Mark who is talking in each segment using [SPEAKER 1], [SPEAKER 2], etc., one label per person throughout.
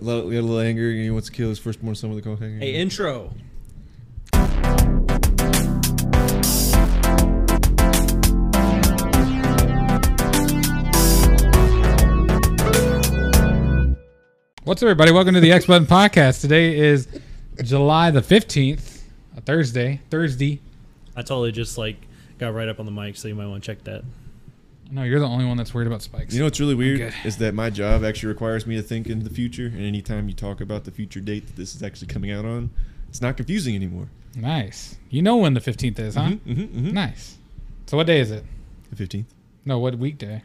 [SPEAKER 1] Lo- we got a little anger, and he wants to kill his firstborn son with a cocaine.
[SPEAKER 2] Hey, intro.
[SPEAKER 3] What's up, everybody? Welcome to the X Button Podcast. Today is July the 15th, a Thursday. Thursday.
[SPEAKER 2] I totally just like got right up on the mic, so you might want to check that.
[SPEAKER 3] No, you're the only one that's worried about spikes.
[SPEAKER 1] You know what's really weird
[SPEAKER 3] Okay.
[SPEAKER 1] is that my job actually requires me to think into the future, and anytime you talk about the future date that this is actually coming out on, it's not confusing anymore.
[SPEAKER 3] nice. You know when the 15th is, huh?
[SPEAKER 1] Mm-hmm, hmm
[SPEAKER 3] Nice. So, what day is it?
[SPEAKER 1] The fifteenth.
[SPEAKER 3] No, what weekday?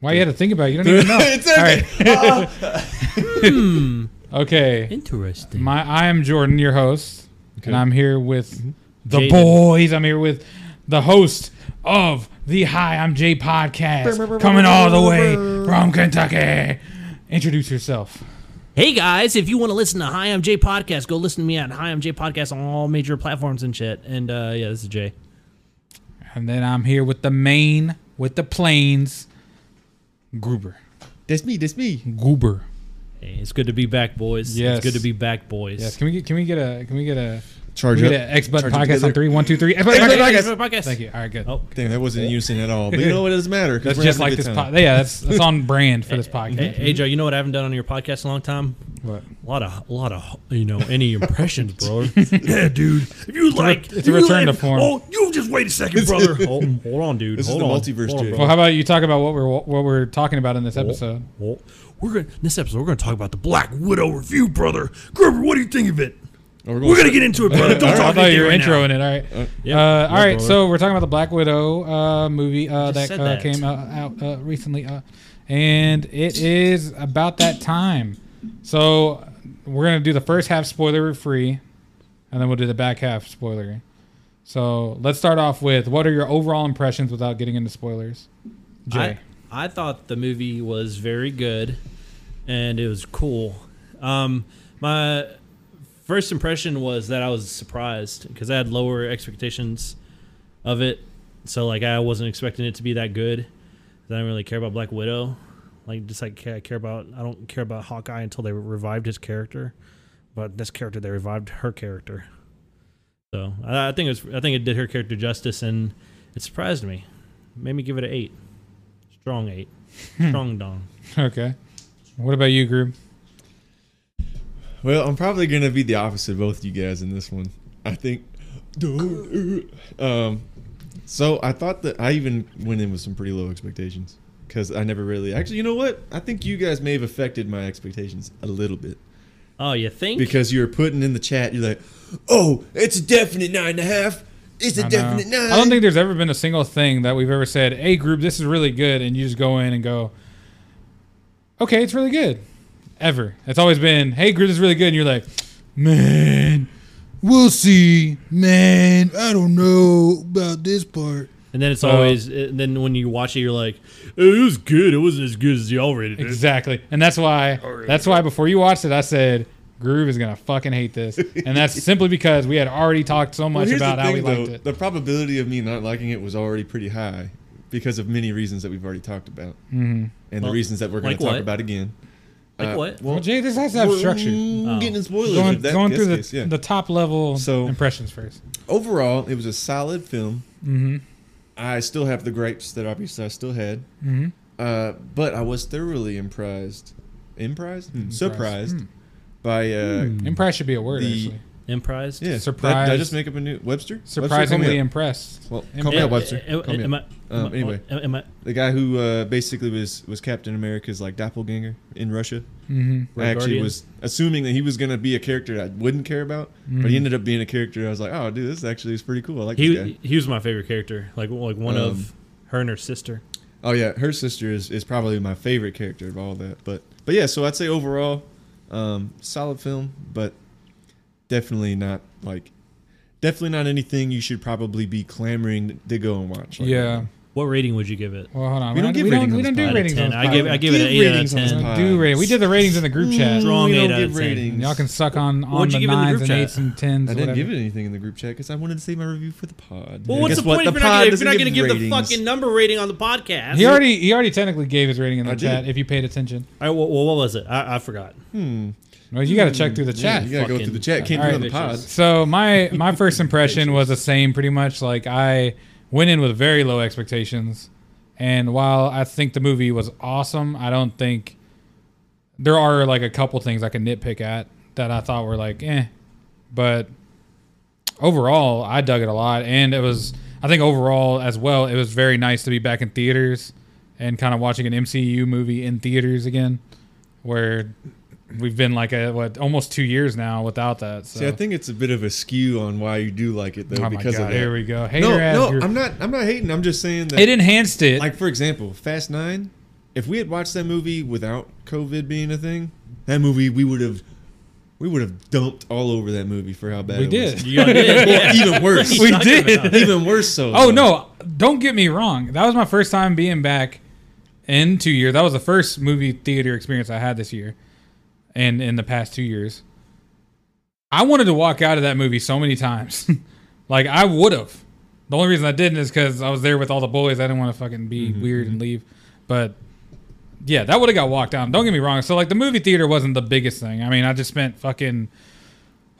[SPEAKER 3] Why you had to think about it? You don't even know.
[SPEAKER 1] It's okay. Uh,
[SPEAKER 3] All right. Hmm. okay.
[SPEAKER 2] Interesting.
[SPEAKER 3] My, I am Jordan, your host,
[SPEAKER 1] Okay. Mm-hmm.
[SPEAKER 3] and I'm here with the
[SPEAKER 2] Jaden.
[SPEAKER 3] boys. I'm here with the host of the Hi, I'm Jay podcast, coming all the way from Kentucky. Introduce yourself.
[SPEAKER 2] hey guys, if you want to listen to Hi I'm Jay podcast, go listen to me at Hi I'm Jay podcast on all major platforms and shit. And uh, yeah, this is Jay.
[SPEAKER 3] And then I'm here with the main, with the plains, Gruber.
[SPEAKER 1] That's me. That's me.
[SPEAKER 3] Goober.
[SPEAKER 2] Hey, it's good to be back, boys.
[SPEAKER 3] Yes.
[SPEAKER 2] It's good to be back, boys.
[SPEAKER 3] Yes. Can we get? Can we get a? Can we get a?
[SPEAKER 1] Charge
[SPEAKER 3] Can we
[SPEAKER 1] up.
[SPEAKER 3] get an X button
[SPEAKER 1] Charge up
[SPEAKER 3] podcast on
[SPEAKER 1] together.
[SPEAKER 3] three, one, two, three. X button
[SPEAKER 2] Hey,
[SPEAKER 3] podcast.
[SPEAKER 2] guys, podcast.
[SPEAKER 3] Thank you. All right, good.
[SPEAKER 2] Oh,
[SPEAKER 1] Damn, that wasn't in unison at all. But you know what? It doesn't matter. 'cause
[SPEAKER 3] that's
[SPEAKER 1] we're
[SPEAKER 3] just
[SPEAKER 1] having
[SPEAKER 3] like
[SPEAKER 1] a good
[SPEAKER 3] this. Po-
[SPEAKER 1] time. Mm-hmm.
[SPEAKER 3] yeah, that's that's on brand for this
[SPEAKER 2] hey,
[SPEAKER 3] podcast.
[SPEAKER 2] hey, Joe, you know what I haven't done on your podcast in a long time?
[SPEAKER 3] What?
[SPEAKER 2] A lot of, a lot of, you know, any impressions, bro. yeah, dude. If you like,
[SPEAKER 3] it's a
[SPEAKER 2] if you
[SPEAKER 3] return
[SPEAKER 2] like-
[SPEAKER 3] to form.
[SPEAKER 2] Oh, you just wait a second, brother. hold, hold on, dude.
[SPEAKER 1] This is
[SPEAKER 2] hold
[SPEAKER 1] the
[SPEAKER 2] on.
[SPEAKER 1] multiverse,
[SPEAKER 2] Hold on,
[SPEAKER 1] Jay.
[SPEAKER 2] bro.
[SPEAKER 3] Well, how about you talk about what we're what we're talking about in this episode?
[SPEAKER 2] Well, Oh, we're gonna in this episode we're gonna talk about the Black Widow review, brother. Gruber, what do you think of it?
[SPEAKER 1] Oh,
[SPEAKER 2] We're gonna get into it, brother. Don't
[SPEAKER 3] All right,
[SPEAKER 2] talk
[SPEAKER 3] I thought
[SPEAKER 2] about
[SPEAKER 3] you
[SPEAKER 2] your
[SPEAKER 3] were
[SPEAKER 2] right intro.
[SPEAKER 3] introing it. All right.
[SPEAKER 2] Yeah,
[SPEAKER 3] uh, all
[SPEAKER 2] yeah,
[SPEAKER 3] right.
[SPEAKER 2] brother.
[SPEAKER 3] So we're talking about the Black Widow uh, movie uh,
[SPEAKER 2] just
[SPEAKER 3] that,
[SPEAKER 2] said
[SPEAKER 3] uh,
[SPEAKER 2] that.
[SPEAKER 3] came uh, out uh, recently, uh, and it is about that time. So we're gonna do the first half spoiler free, and then we'll do the back half spoilery. So let's start off with what are your overall impressions without getting into spoilers? Jay,
[SPEAKER 2] I, I thought the movie was very good, and it was cool. Um, my first impression was that I was surprised because I had lower expectations of it, so like I wasn't expecting it to be that good. I didn't really care about Black Widow, like just like I care about I don't care about Hawkeye until they revived his character, but this character they revived her character. So I, I think it was, I think it did her character justice, and it surprised me, made me give it an eight. Strong eight. Strong dong.
[SPEAKER 3] okay. What about you, group?
[SPEAKER 1] Well, I'm probably gonna be the opposite of both you guys in this one. I think. Um, so I thought that I even went in with some pretty low expectations because I never really actually. You know what? I think you guys may have affected my expectations a little bit
[SPEAKER 2] Oh, you think?
[SPEAKER 1] because you were putting in the chat. You're like, "Oh, it's a definite nine and a half. It's a
[SPEAKER 3] I know.
[SPEAKER 1] definite nine.
[SPEAKER 3] I don't think there's ever been a single thing that we've ever said, "Hey, group, this is really good," and you just go in and go, "Okay, it's really good." Ever. It's always been, "Hey, group, this is really good," and you're like, "Man, we'll see. Man, I don't know about this part."
[SPEAKER 2] and then it's
[SPEAKER 1] uh,
[SPEAKER 2] always. And then when you watch it, you're like, it was good. It wasn't as good as y'all rated it.
[SPEAKER 3] Exactly, and that's why.
[SPEAKER 1] Oh,
[SPEAKER 3] That's why before you watched it, I said. Groove is gonna fucking hate this, and that's simply because we had already talked so
[SPEAKER 1] Well,
[SPEAKER 3] much
[SPEAKER 1] here's
[SPEAKER 3] about
[SPEAKER 1] the
[SPEAKER 3] how we
[SPEAKER 1] thing,
[SPEAKER 3] liked
[SPEAKER 1] though.
[SPEAKER 3] it.
[SPEAKER 1] The probability of me not liking it was already pretty high because of many reasons that we've already talked about, mm-hmm. and the
[SPEAKER 2] Well,
[SPEAKER 1] reasons that we're going
[SPEAKER 2] like
[SPEAKER 1] to talk
[SPEAKER 2] what?
[SPEAKER 1] about again.
[SPEAKER 2] Like
[SPEAKER 1] Uh,
[SPEAKER 2] what?
[SPEAKER 3] Well, Jay, this has to have
[SPEAKER 1] We're
[SPEAKER 3] structure.
[SPEAKER 1] Mm, Getting
[SPEAKER 2] Oh.
[SPEAKER 1] in spoilers.
[SPEAKER 3] Going,
[SPEAKER 1] if that-
[SPEAKER 3] going
[SPEAKER 1] that's
[SPEAKER 3] through the,
[SPEAKER 1] case, yeah.
[SPEAKER 3] the top level
[SPEAKER 1] So-
[SPEAKER 3] impressions first.
[SPEAKER 1] Overall, it was a solid film. Mm-hmm. I still have the gripes that obviously I still had, mm-hmm. uh, but I was thoroughly impressed, imprised, surprised
[SPEAKER 3] Hmm.
[SPEAKER 1] by uh,
[SPEAKER 3] Impressed should be a word,
[SPEAKER 1] The-
[SPEAKER 3] actually.
[SPEAKER 2] Imprised.
[SPEAKER 1] yeah. did I- Did I
[SPEAKER 3] Hmm. Surprised.
[SPEAKER 1] just make up a new Webster?
[SPEAKER 3] Surprisingly
[SPEAKER 1] Webster,
[SPEAKER 3] impressed.
[SPEAKER 1] call me up. well,
[SPEAKER 3] Im-
[SPEAKER 1] call me
[SPEAKER 3] Yeah,
[SPEAKER 1] up, Webster.
[SPEAKER 2] Am,
[SPEAKER 1] Call me
[SPEAKER 2] am
[SPEAKER 1] up.
[SPEAKER 2] I,
[SPEAKER 1] Um,
[SPEAKER 2] am I-
[SPEAKER 1] anyway.
[SPEAKER 2] am, I-
[SPEAKER 1] The guy who uh, basically was was Captain America's like doppelganger in Russia. Mm-hmm. I
[SPEAKER 2] Red
[SPEAKER 1] actually
[SPEAKER 2] Guardian?
[SPEAKER 1] was assuming that he was gonna be a character that I wouldn't care about,
[SPEAKER 3] Mm-hmm.
[SPEAKER 1] but he ended up being a character. I was like, oh, dude, this actually is pretty cool. I like this guy.
[SPEAKER 2] he he was my favorite character. Like like one of
[SPEAKER 1] Um,
[SPEAKER 2] her and her sister.
[SPEAKER 1] Oh yeah, her sister is, is probably my favorite character of all that. But but yeah, so I'd say overall, um, solid film, but definitely not like definitely not anything you should probably be clamoring to go and watch. Like,
[SPEAKER 3] yeah.
[SPEAKER 2] What rating would you give it?
[SPEAKER 3] Well, hold on.
[SPEAKER 1] We don't give
[SPEAKER 3] we
[SPEAKER 1] ratings
[SPEAKER 3] don't,
[SPEAKER 1] on
[SPEAKER 3] we
[SPEAKER 1] this
[SPEAKER 3] don't
[SPEAKER 1] pod.
[SPEAKER 2] Out
[SPEAKER 3] do
[SPEAKER 2] of
[SPEAKER 3] ratings.
[SPEAKER 2] 10.
[SPEAKER 3] On this
[SPEAKER 2] I give I
[SPEAKER 3] pod.
[SPEAKER 2] give it an
[SPEAKER 1] Give
[SPEAKER 2] eight out of
[SPEAKER 1] ratings on this
[SPEAKER 2] ten.
[SPEAKER 1] pod.
[SPEAKER 3] We do rate. We did the ratings in the group chat.
[SPEAKER 2] Strong
[SPEAKER 1] We
[SPEAKER 2] eight
[SPEAKER 1] don't
[SPEAKER 2] out
[SPEAKER 1] give
[SPEAKER 2] of 10.
[SPEAKER 1] ratings.
[SPEAKER 3] And y'all can suck on on
[SPEAKER 2] What'd
[SPEAKER 3] the
[SPEAKER 2] you give in the
[SPEAKER 3] nines
[SPEAKER 2] group
[SPEAKER 3] and
[SPEAKER 2] chat?
[SPEAKER 3] eights and tens.
[SPEAKER 1] I didn't
[SPEAKER 3] whatever.
[SPEAKER 1] give it anything in the group chat because I wanted to save my review for the pod.
[SPEAKER 2] Well,
[SPEAKER 1] And
[SPEAKER 2] what's
[SPEAKER 1] guess
[SPEAKER 2] the point
[SPEAKER 1] what?
[SPEAKER 2] if you're not gonna- if
[SPEAKER 1] doesn't
[SPEAKER 2] you're not going to give the
[SPEAKER 1] ratings.
[SPEAKER 2] fucking number rating on the podcast?
[SPEAKER 3] He already he already technically gave his rating in the
[SPEAKER 1] I did.
[SPEAKER 3] chat. If you paid attention,
[SPEAKER 2] All right, well, well, what was it? I, I forgot.
[SPEAKER 3] well, you got to check through the
[SPEAKER 1] Yeah,
[SPEAKER 3] chat.
[SPEAKER 1] you gotta go
[SPEAKER 2] Fucking-
[SPEAKER 1] through the chat. Can't do
[SPEAKER 3] All
[SPEAKER 1] it
[SPEAKER 3] right,
[SPEAKER 1] on the pod.
[SPEAKER 2] bitches.
[SPEAKER 3] So my my first impression was the same, pretty much. Like I went in with very low expectations, and while I think the movie was awesome, I don't think there are like a couple things I can nitpick at that I thought were like eh, but overall I dug it a lot, and it was I think overall as well it was very nice to be back in theaters and kind of watching an MCU movie in theaters again, where. We've been like a what almost two years now without that. So.
[SPEAKER 1] See, I think it's a bit of a skew on why you do like it though,
[SPEAKER 3] Oh my
[SPEAKER 1] because
[SPEAKER 3] God,
[SPEAKER 1] of
[SPEAKER 3] Here
[SPEAKER 1] that.
[SPEAKER 3] we go. Hater
[SPEAKER 1] No,
[SPEAKER 3] ass
[SPEAKER 1] no,
[SPEAKER 3] group.
[SPEAKER 1] I'm not. I'm not hating. I'm just saying that.
[SPEAKER 3] it enhanced it.
[SPEAKER 1] Like for example, Fast Nine. If we had watched that movie without COVID being a thing, that movie we would have, we would have dumped all over that movie for how bad
[SPEAKER 3] we
[SPEAKER 1] it
[SPEAKER 3] did.
[SPEAKER 1] was.
[SPEAKER 2] You all did.
[SPEAKER 1] Well, even worse.
[SPEAKER 2] What are
[SPEAKER 3] We
[SPEAKER 2] you talking
[SPEAKER 3] did.
[SPEAKER 2] about?
[SPEAKER 1] even worse. So.
[SPEAKER 3] oh
[SPEAKER 1] though.
[SPEAKER 3] no! Don't get me wrong. That was my first time being back in two years. That was the first movie theater experience I had this year, and in the past two years, I wanted to walk out of that movie so many times. like I would have. The only reason I didn't is because I was there with all the boys. I didn't want to fucking be
[SPEAKER 1] Mm-hmm,
[SPEAKER 3] weird and leave. But yeah, that would have got walked down. Don't get me wrong. So like the movie theater wasn't the biggest thing. I mean, I just spent fucking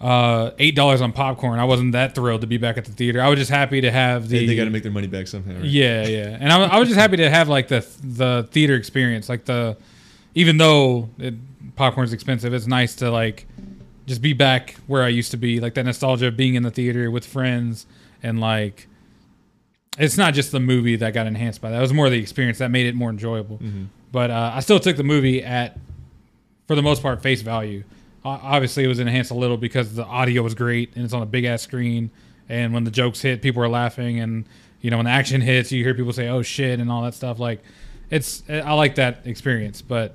[SPEAKER 3] uh, eight dollars on popcorn. I wasn't that thrilled to be back at the theater. I was just happy to have the
[SPEAKER 1] They, got to make their money back somehow. Right?
[SPEAKER 3] yeah, yeah. And I, wa- I was just happy to have like the the theater experience, like the even though it, popcorn's expensive, it's nice to like just be back where I used to be, like that nostalgia of being in the theater with friends and like it's not just the movie that got enhanced by that. It was more the experience that made it more enjoyable. But uh, I still took the movie at for the most part face value. O- Obviously, it was enhanced a little because the audio was great and it's on a big ass screen. And when the jokes hit, people are laughing, and you know when the action hits, you hear people say "oh shit" and all that stuff. Like, it's eh, I like that experience. But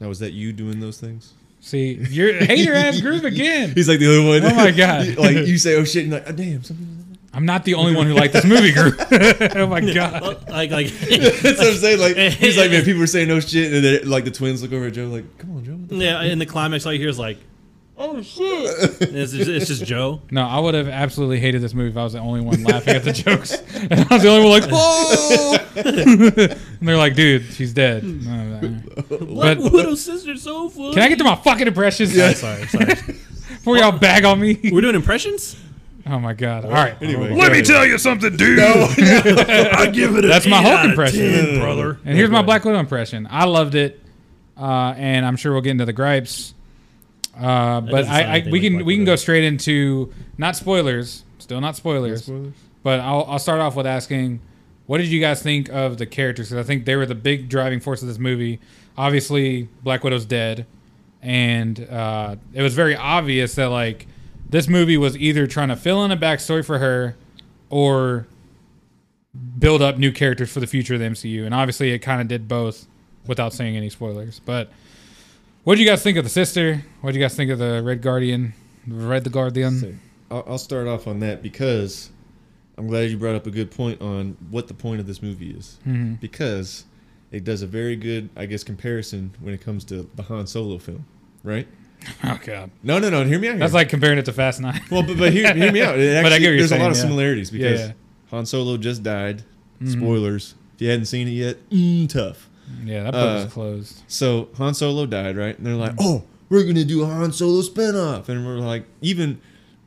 [SPEAKER 1] Now was that you doing those things?
[SPEAKER 3] see, you're hater ass group again.
[SPEAKER 1] He's like the other one.
[SPEAKER 3] Oh my God.
[SPEAKER 1] like you say, oh shit, and like, oh damn, something.
[SPEAKER 3] I'm not the only one who liked this movie group. oh my god.
[SPEAKER 2] Well, like like
[SPEAKER 1] That's what I'm saying. Like he's like, man, people were saying oh shit, and then like the twins look over at Joe, like, come on, Joe. what the
[SPEAKER 2] yeah. In the climax, all you hear is like, oh shit. And It's just, it's just Joe.
[SPEAKER 3] No, I would have absolutely hated this movie if I was the only one laughing at the jokes. And I was the only one like, oh! and they're like, dude, she's dead. No, no.
[SPEAKER 2] Black
[SPEAKER 3] But-
[SPEAKER 2] Widow sister so funny.
[SPEAKER 3] Can I get to my fucking impressions?
[SPEAKER 2] Oh, sorry, sorry.
[SPEAKER 3] Before y'all bag on me.
[SPEAKER 2] We're doing impressions.
[SPEAKER 3] Oh my god. All right.
[SPEAKER 1] Anyway,
[SPEAKER 3] Let me tell you.
[SPEAKER 2] I give it.
[SPEAKER 3] That's my eight Hulk out of impression. 10,
[SPEAKER 2] brother.
[SPEAKER 3] And here's my Black Widow impression. I loved it, uh, and I'm sure we'll get into the gripes. Uh, but
[SPEAKER 2] doesn't sound
[SPEAKER 3] I, I
[SPEAKER 2] anything
[SPEAKER 3] we
[SPEAKER 2] like
[SPEAKER 3] can
[SPEAKER 2] Black
[SPEAKER 3] we can
[SPEAKER 2] Widow.
[SPEAKER 3] go straight into not spoilers. Still not spoilers.
[SPEAKER 1] spoilers?
[SPEAKER 3] But I'll, I'll start off with asking, what did you guys think of the characters? Because I think they were the big driving force of this movie. Obviously, Black Widow's dead, and uh, it was very obvious that like this movie was either trying to fill in a backstory for her, or build up new characters for the future of the MCU. And obviously, it kind of did both without saying any spoilers. But what do you guys think of the sister? What do you guys think of the Red Guardian? Red the Guardian.
[SPEAKER 1] So, I'll, I'll start off on that because I'm glad you brought up a good point on what the point of this movie is.
[SPEAKER 3] Mm-hmm.
[SPEAKER 1] Because it does a very good, I guess, comparison when it comes to the Han Solo film, right?
[SPEAKER 3] Oh God,
[SPEAKER 1] No, no, no. Hear me out. Here.
[SPEAKER 3] that's like comparing it to Fast Nine.
[SPEAKER 1] well, but, but hear, hear me out. It actually,
[SPEAKER 3] But I get what you're
[SPEAKER 1] there's a lot
[SPEAKER 3] saying,
[SPEAKER 1] of
[SPEAKER 3] yeah.
[SPEAKER 1] similarities because
[SPEAKER 3] yeah. Mm-hmm.
[SPEAKER 1] Han Solo just died. Spoilers. If you hadn't seen it yet, mm, tough.
[SPEAKER 3] yeah, that book
[SPEAKER 1] Uh,
[SPEAKER 3] is closed.
[SPEAKER 1] So Han Solo died, right? And they're like, "Oh, we're gonna do a Han Solo spinoff," and we're like, even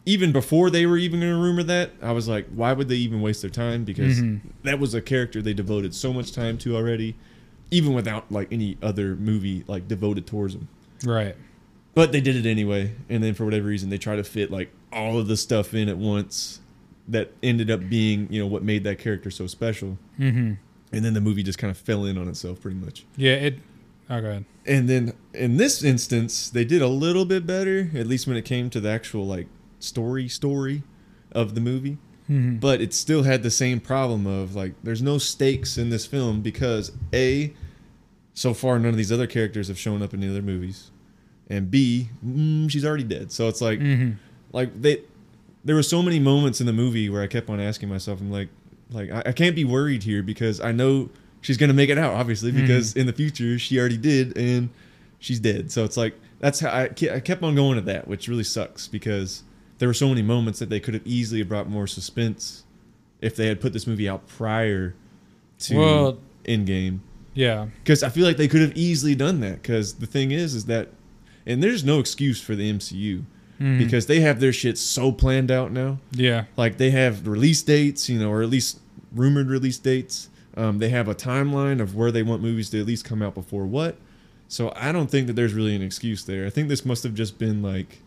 [SPEAKER 1] even before they were even gonna rumor that, I was like, why would they even waste their time? Because
[SPEAKER 3] Mm-hmm.
[SPEAKER 1] that was a character they devoted so much time to already, even without like any other movie like devoted towards him.
[SPEAKER 3] Right.
[SPEAKER 1] But they did it anyway, and then for whatever reason, they try to fit like all of the stuff in at once that ended up being you know what made that character so special. Mm-hmm. And then the movie just kind of fell in on itself pretty much.
[SPEAKER 3] Yeah. It. Oh, go ahead.
[SPEAKER 1] And then in this instance, they did a little bit better, at least when it came to the actual like story story of the movie. But it still had the same problem of like there's no stakes in this film because A, so far none of these other characters have shown up in the other movies. And B, mm, she's already dead. So it's like like they there were so many moments in the movie where I kept on asking myself, I'm like, like I, I can't be worried here because I know she's gonna make it out, obviously, because in the future she already did and she's dead. So it's like that's how I, ke- I kept on going to that, which really sucks because there were so many moments that they could have easily brought more suspense if they had put this movie out prior to
[SPEAKER 3] Well-
[SPEAKER 1] Endgame.
[SPEAKER 3] Yeah.
[SPEAKER 1] Because I feel like they could have easily done that. Because the thing is, is that, and there's no excuse for the MCU
[SPEAKER 3] Mm-hmm.
[SPEAKER 1] because they have their shit so planned out now.
[SPEAKER 3] Yeah.
[SPEAKER 1] Like they have release dates, you know, or at least rumored release dates. Um, they have a timeline of where they want movies to at least come out before what. So I don't think that there's really an excuse there. I think this must have just been like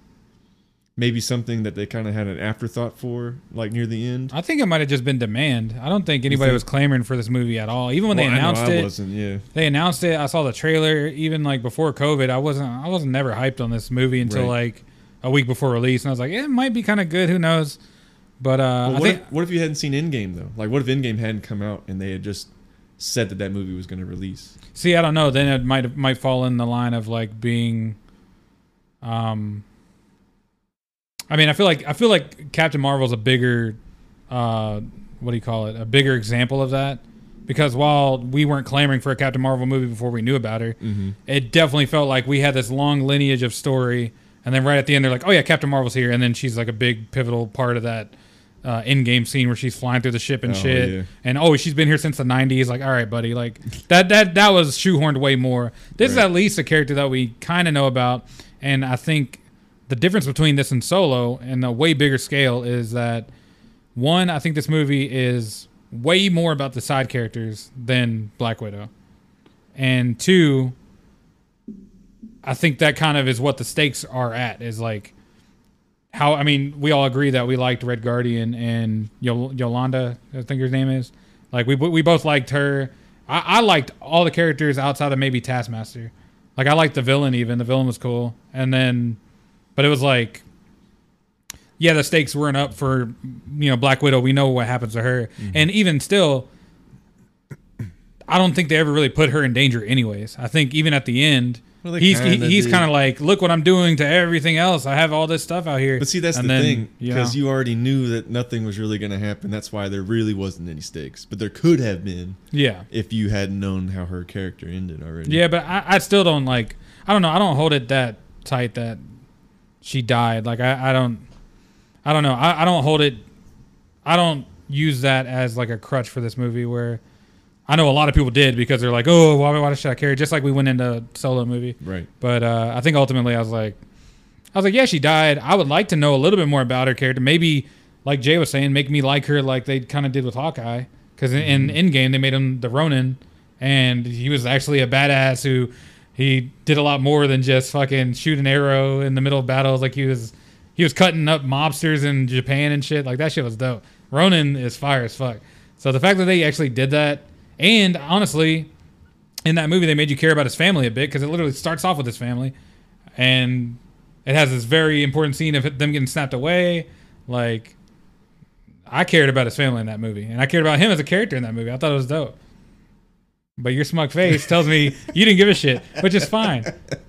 [SPEAKER 1] maybe something that they kind of had an afterthought for, like near the end.
[SPEAKER 3] I think it might have just been demand. I don't think anybody
[SPEAKER 1] think-
[SPEAKER 3] was clamoring for this movie at all. Even when
[SPEAKER 1] Well,
[SPEAKER 3] they announced
[SPEAKER 1] I know I
[SPEAKER 3] it,
[SPEAKER 1] wasn't. Yeah.
[SPEAKER 3] they announced it. I saw the trailer. Even like before COVID, I wasn't. I wasn't never hyped on this movie until
[SPEAKER 1] Right.
[SPEAKER 3] like a week before release, and I was like, eh, it might be kind of good. Who knows? But uh,
[SPEAKER 1] Well,
[SPEAKER 3] I
[SPEAKER 1] what,
[SPEAKER 3] think
[SPEAKER 1] if, what if you hadn't seen Endgame though? Like, what if Endgame hadn't come out and they had just said that that movie was going to release?
[SPEAKER 3] See, I don't know. Then it might might fall in the line of like being, um. I mean, I feel like I feel like Captain Marvel's a bigger, uh, what do you call it? A bigger example of that, because while we weren't clamoring for a Captain Marvel movie before we knew about her,
[SPEAKER 1] Mm-hmm.
[SPEAKER 3] it definitely felt like we had this long lineage of story, and then right at the end they're like, "Oh yeah, Captain Marvel's here," and then she's like a big pivotal part of that. Uh, in-game scene where she's flying through the ship and
[SPEAKER 1] Oh,
[SPEAKER 3] shit,
[SPEAKER 1] yeah.
[SPEAKER 3] and oh she's been here since the 90s like all right buddy like that that that was shoehorned way more this is
[SPEAKER 1] Right.
[SPEAKER 3] at least a character that we kind of know about and i think the difference between this and solo and the way bigger scale is that one i think this movie is way more about the side characters than black widow and two i think that kind of is what the stakes are at is like how I mean, we all agree that we liked Red Guardian and Yol- Yolanda, I think her name is. Like we we both liked her. I, I liked all the characters outside of maybe Taskmaster. Like I liked the villain even. The villain was cool. And then, but it was like, yeah, the stakes weren't up for you know Black Widow. We know what happens to her, and even still. I don't think they ever really put her in danger, anyways. I think even at the end,
[SPEAKER 1] Well, they
[SPEAKER 3] he's he,
[SPEAKER 1] kinda
[SPEAKER 3] he's
[SPEAKER 1] did.
[SPEAKER 3] kind of like, look what I'm doing to everything else. I have all this stuff out here.
[SPEAKER 1] But see, that's the thing because you already knew that nothing was really going to happen. That's why there really wasn't any stakes, but there could have been
[SPEAKER 3] yeah,
[SPEAKER 1] if you had known how her character ended already.
[SPEAKER 3] yeah. But I, I still don't like. I don't know. I don't hold it that tight that she died. Like I, I don't. I don't know. I, I don't hold it. I don't use that as like a crutch for this movie. Where I know a lot of people did because they're like, oh, why, why should I care? Just like we went into solo movie.
[SPEAKER 1] Right.
[SPEAKER 3] But uh, I think ultimately I was like, I was like, yeah, she died. I would like to know a little bit more about her character. Maybe, like Jay was saying, make me like her like they kind of did with Hawkeye. Because in, in Endgame, they made him the Ronin, and he was actually a badass who he did a lot more than just fucking shoot an arrow in the middle of battles. Like he was he was cutting up mobsters in Japan and shit. Like that shit was dope. Ronin is fire as fuck. So the fact that they actually did that, and honestly, in that movie they made you care about his family a bit because it literally starts off with his family and it has this very important scene of them getting snapped away like i cared about his family in that movie and i cared about him as a character in that movie i thought it was dope but your smug face tells me you didn't give a shit which is fine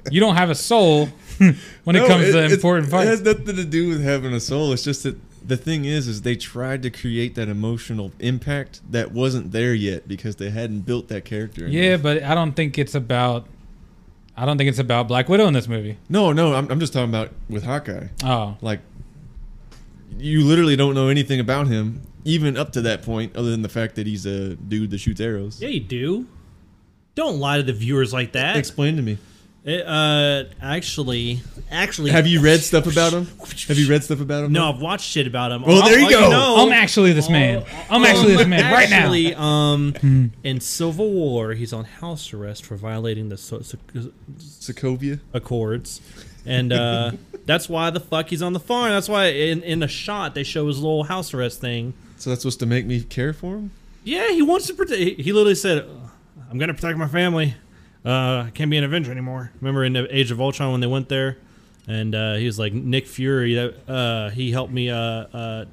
[SPEAKER 3] you don't have a soul when it
[SPEAKER 1] No,
[SPEAKER 3] comes to
[SPEAKER 1] it's-
[SPEAKER 3] important
[SPEAKER 1] It
[SPEAKER 3] parts
[SPEAKER 1] has nothing to do with having a soul. It's just that the thing is, is they tried to create that emotional impact that wasn't there yet because they hadn't built that character. enough.
[SPEAKER 3] yeah but i don't think it's about i don't think it's about black widow in this movie
[SPEAKER 1] No, no. I'm, I'm just talking about with Hawkeye.
[SPEAKER 3] oh
[SPEAKER 1] Like, you literally don't know anything about him, even up to that point, other than the fact that he's a dude that shoots arrows.
[SPEAKER 2] Yeah, you do. Don't lie to the viewers like that.
[SPEAKER 1] Explain to me.
[SPEAKER 2] It, uh, actually, actually,
[SPEAKER 1] Have you read stuff about him? Have you read stuff about him?
[SPEAKER 2] No, I've watched shit about him.
[SPEAKER 1] Well,
[SPEAKER 2] All-
[SPEAKER 1] there you
[SPEAKER 2] all
[SPEAKER 1] go.
[SPEAKER 2] know-
[SPEAKER 3] i'm actually this man i'm
[SPEAKER 2] Um,
[SPEAKER 3] actually this man right now Hmm.
[SPEAKER 2] actually, um, in Civil War, he's on house arrest for violating the so- so-
[SPEAKER 1] Sokovia.
[SPEAKER 2] accords, and uh, that's why the fuck he's on the farm. That's why in in the shot they show his little house arrest thing.
[SPEAKER 1] So that's supposed to make me care for him.
[SPEAKER 2] Yeah, he wants to protect. He he literally said, "I'm gonna protect my family. Uh, I can't be an Avenger anymore." Remember in Age of Ultron when they went there, and uh, he was like Nick Fury. That uh, he helped me. Uh, uh,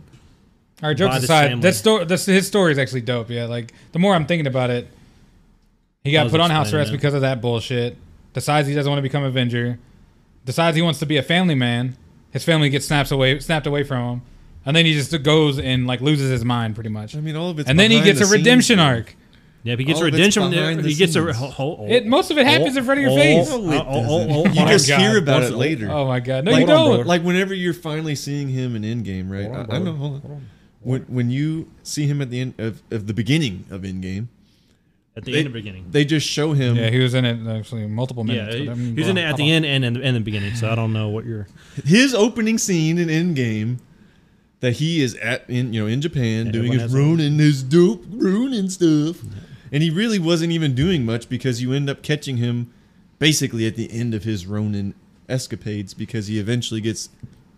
[SPEAKER 3] All right, jokes
[SPEAKER 2] by this
[SPEAKER 3] aside,
[SPEAKER 2] family.
[SPEAKER 3] that story, this, his story is actually dope. Yeah, like the more I'm thinking about it, he
[SPEAKER 2] I
[SPEAKER 3] got
[SPEAKER 2] was
[SPEAKER 3] put on house
[SPEAKER 2] explaining
[SPEAKER 3] arrest
[SPEAKER 2] it.
[SPEAKER 3] because of that bullshit. Decides he doesn't want to become Avenger. Decides he wants to be a family man. His family gets snaps away, snapped away from him, and then he just goes and like loses his mind pretty much.
[SPEAKER 1] I mean, all of it's
[SPEAKER 3] and then he
[SPEAKER 1] behind
[SPEAKER 3] gets
[SPEAKER 1] the
[SPEAKER 3] a redemption
[SPEAKER 1] scenes, dude.
[SPEAKER 3] arc.
[SPEAKER 2] Yeah, he gets
[SPEAKER 1] All of it's
[SPEAKER 2] redemption.
[SPEAKER 1] Oh, behind the
[SPEAKER 2] He gets a
[SPEAKER 1] scenes.
[SPEAKER 2] ho- ho- oh,
[SPEAKER 3] It most of it happens in front of your
[SPEAKER 2] oh,
[SPEAKER 3] face.
[SPEAKER 1] No, it
[SPEAKER 2] Oh, oh, oh, oh,
[SPEAKER 1] doesn't. You
[SPEAKER 2] my
[SPEAKER 1] just
[SPEAKER 2] God.
[SPEAKER 1] hear about
[SPEAKER 2] Once
[SPEAKER 1] it
[SPEAKER 2] a-
[SPEAKER 1] later.
[SPEAKER 3] Oh my god! No,
[SPEAKER 1] like,
[SPEAKER 3] you don't.
[SPEAKER 1] like whenever you're finally seeing him in Endgame, right?
[SPEAKER 4] Hold on,
[SPEAKER 1] I, I know.
[SPEAKER 4] brother.
[SPEAKER 1] Hold on.
[SPEAKER 4] Hold on.
[SPEAKER 1] When when you see him at the end of, of the beginning of Endgame,
[SPEAKER 2] At the
[SPEAKER 1] They-
[SPEAKER 2] end of the beginning.
[SPEAKER 1] they just show him.
[SPEAKER 3] yeah, he was in it actually multiple
[SPEAKER 2] Yeah,
[SPEAKER 3] minutes.
[SPEAKER 2] he,
[SPEAKER 3] but I mean,
[SPEAKER 2] he's in it
[SPEAKER 3] well,
[SPEAKER 2] at the end and in the, and the beginning. So I don't know what you're.
[SPEAKER 1] his opening scene in Endgame that he is at in you know in Japan doing
[SPEAKER 2] everyone
[SPEAKER 1] his
[SPEAKER 2] has one.
[SPEAKER 1] ruining his dope ruining stuff, and he really wasn't even doing much because you end up catching him basically at the end of his Ronin escapades because he eventually gets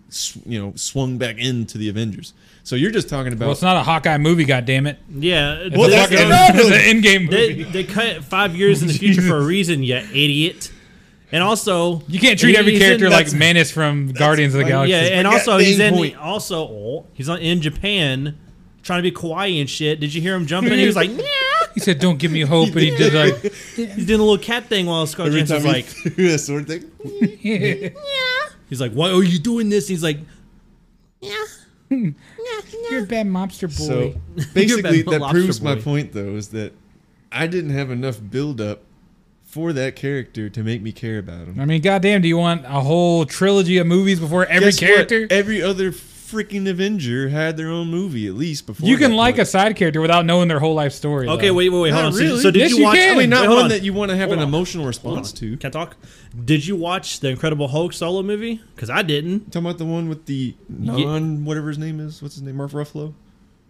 [SPEAKER 1] sw- you know swung back into the Avengers. So you're just talking about
[SPEAKER 3] Well, it's not a Hawkeye movie, goddammit.
[SPEAKER 2] Yeah.
[SPEAKER 3] Well,
[SPEAKER 2] they,
[SPEAKER 1] that's
[SPEAKER 3] that's
[SPEAKER 1] the
[SPEAKER 3] an
[SPEAKER 1] problem.
[SPEAKER 3] Endgame movie.
[SPEAKER 2] they, they cut five years in the future for a reason, you idiot. And also,
[SPEAKER 3] you can't treat
[SPEAKER 2] he-
[SPEAKER 3] every
[SPEAKER 2] he's in-
[SPEAKER 3] character like
[SPEAKER 2] that's-
[SPEAKER 3] Manus from Guardians of the Galaxy.
[SPEAKER 2] Yeah, and
[SPEAKER 1] forgot
[SPEAKER 2] also he's
[SPEAKER 1] the
[SPEAKER 2] in
[SPEAKER 1] point.
[SPEAKER 2] also oh, he's on- in Japan trying to be kawaii and shit. Did you hear him jumping? he was like, "Nyah."
[SPEAKER 3] he said, "Don't give me hope," and he did like,
[SPEAKER 2] he's doing a little cat thing while Scott
[SPEAKER 1] every
[SPEAKER 2] James
[SPEAKER 1] time
[SPEAKER 2] is like,
[SPEAKER 1] he threw that sword thing.
[SPEAKER 2] he's like, why are you doing this? He's like,
[SPEAKER 3] "You're a bad mobster
[SPEAKER 1] So
[SPEAKER 3] boy."
[SPEAKER 1] basically,
[SPEAKER 2] You're a bad
[SPEAKER 1] that proves
[SPEAKER 2] lobster
[SPEAKER 1] my
[SPEAKER 2] boy.
[SPEAKER 1] point, though, is that I didn't have enough build up for that character to make me care about him.
[SPEAKER 3] I mean, goddamn, do you want a whole trilogy of movies before every
[SPEAKER 1] Guess what?
[SPEAKER 3] character?
[SPEAKER 1] every other freaking Avenger had their own movie at least before.
[SPEAKER 3] You can
[SPEAKER 1] that
[SPEAKER 3] like
[SPEAKER 1] point.
[SPEAKER 3] a side character without knowing their whole life story.
[SPEAKER 2] okay,
[SPEAKER 3] though.
[SPEAKER 2] wait, wait, wait, hold
[SPEAKER 1] Not
[SPEAKER 2] on. So-
[SPEAKER 1] really.
[SPEAKER 2] So, did
[SPEAKER 3] Yes,
[SPEAKER 2] you
[SPEAKER 3] you
[SPEAKER 2] watch? Oh,
[SPEAKER 3] can.
[SPEAKER 1] I mean, not
[SPEAKER 2] wait, hold
[SPEAKER 1] one
[SPEAKER 2] on.
[SPEAKER 1] that you want to have
[SPEAKER 2] Hold
[SPEAKER 1] an
[SPEAKER 2] on.
[SPEAKER 1] emotional
[SPEAKER 2] Hold on.
[SPEAKER 1] response to.
[SPEAKER 2] Can I talk? Did you watch the Incredible Hulk solo movie? Because I didn't.
[SPEAKER 1] Talking about the one with the non whatever his name is. What's his name? Mark Ruffalo.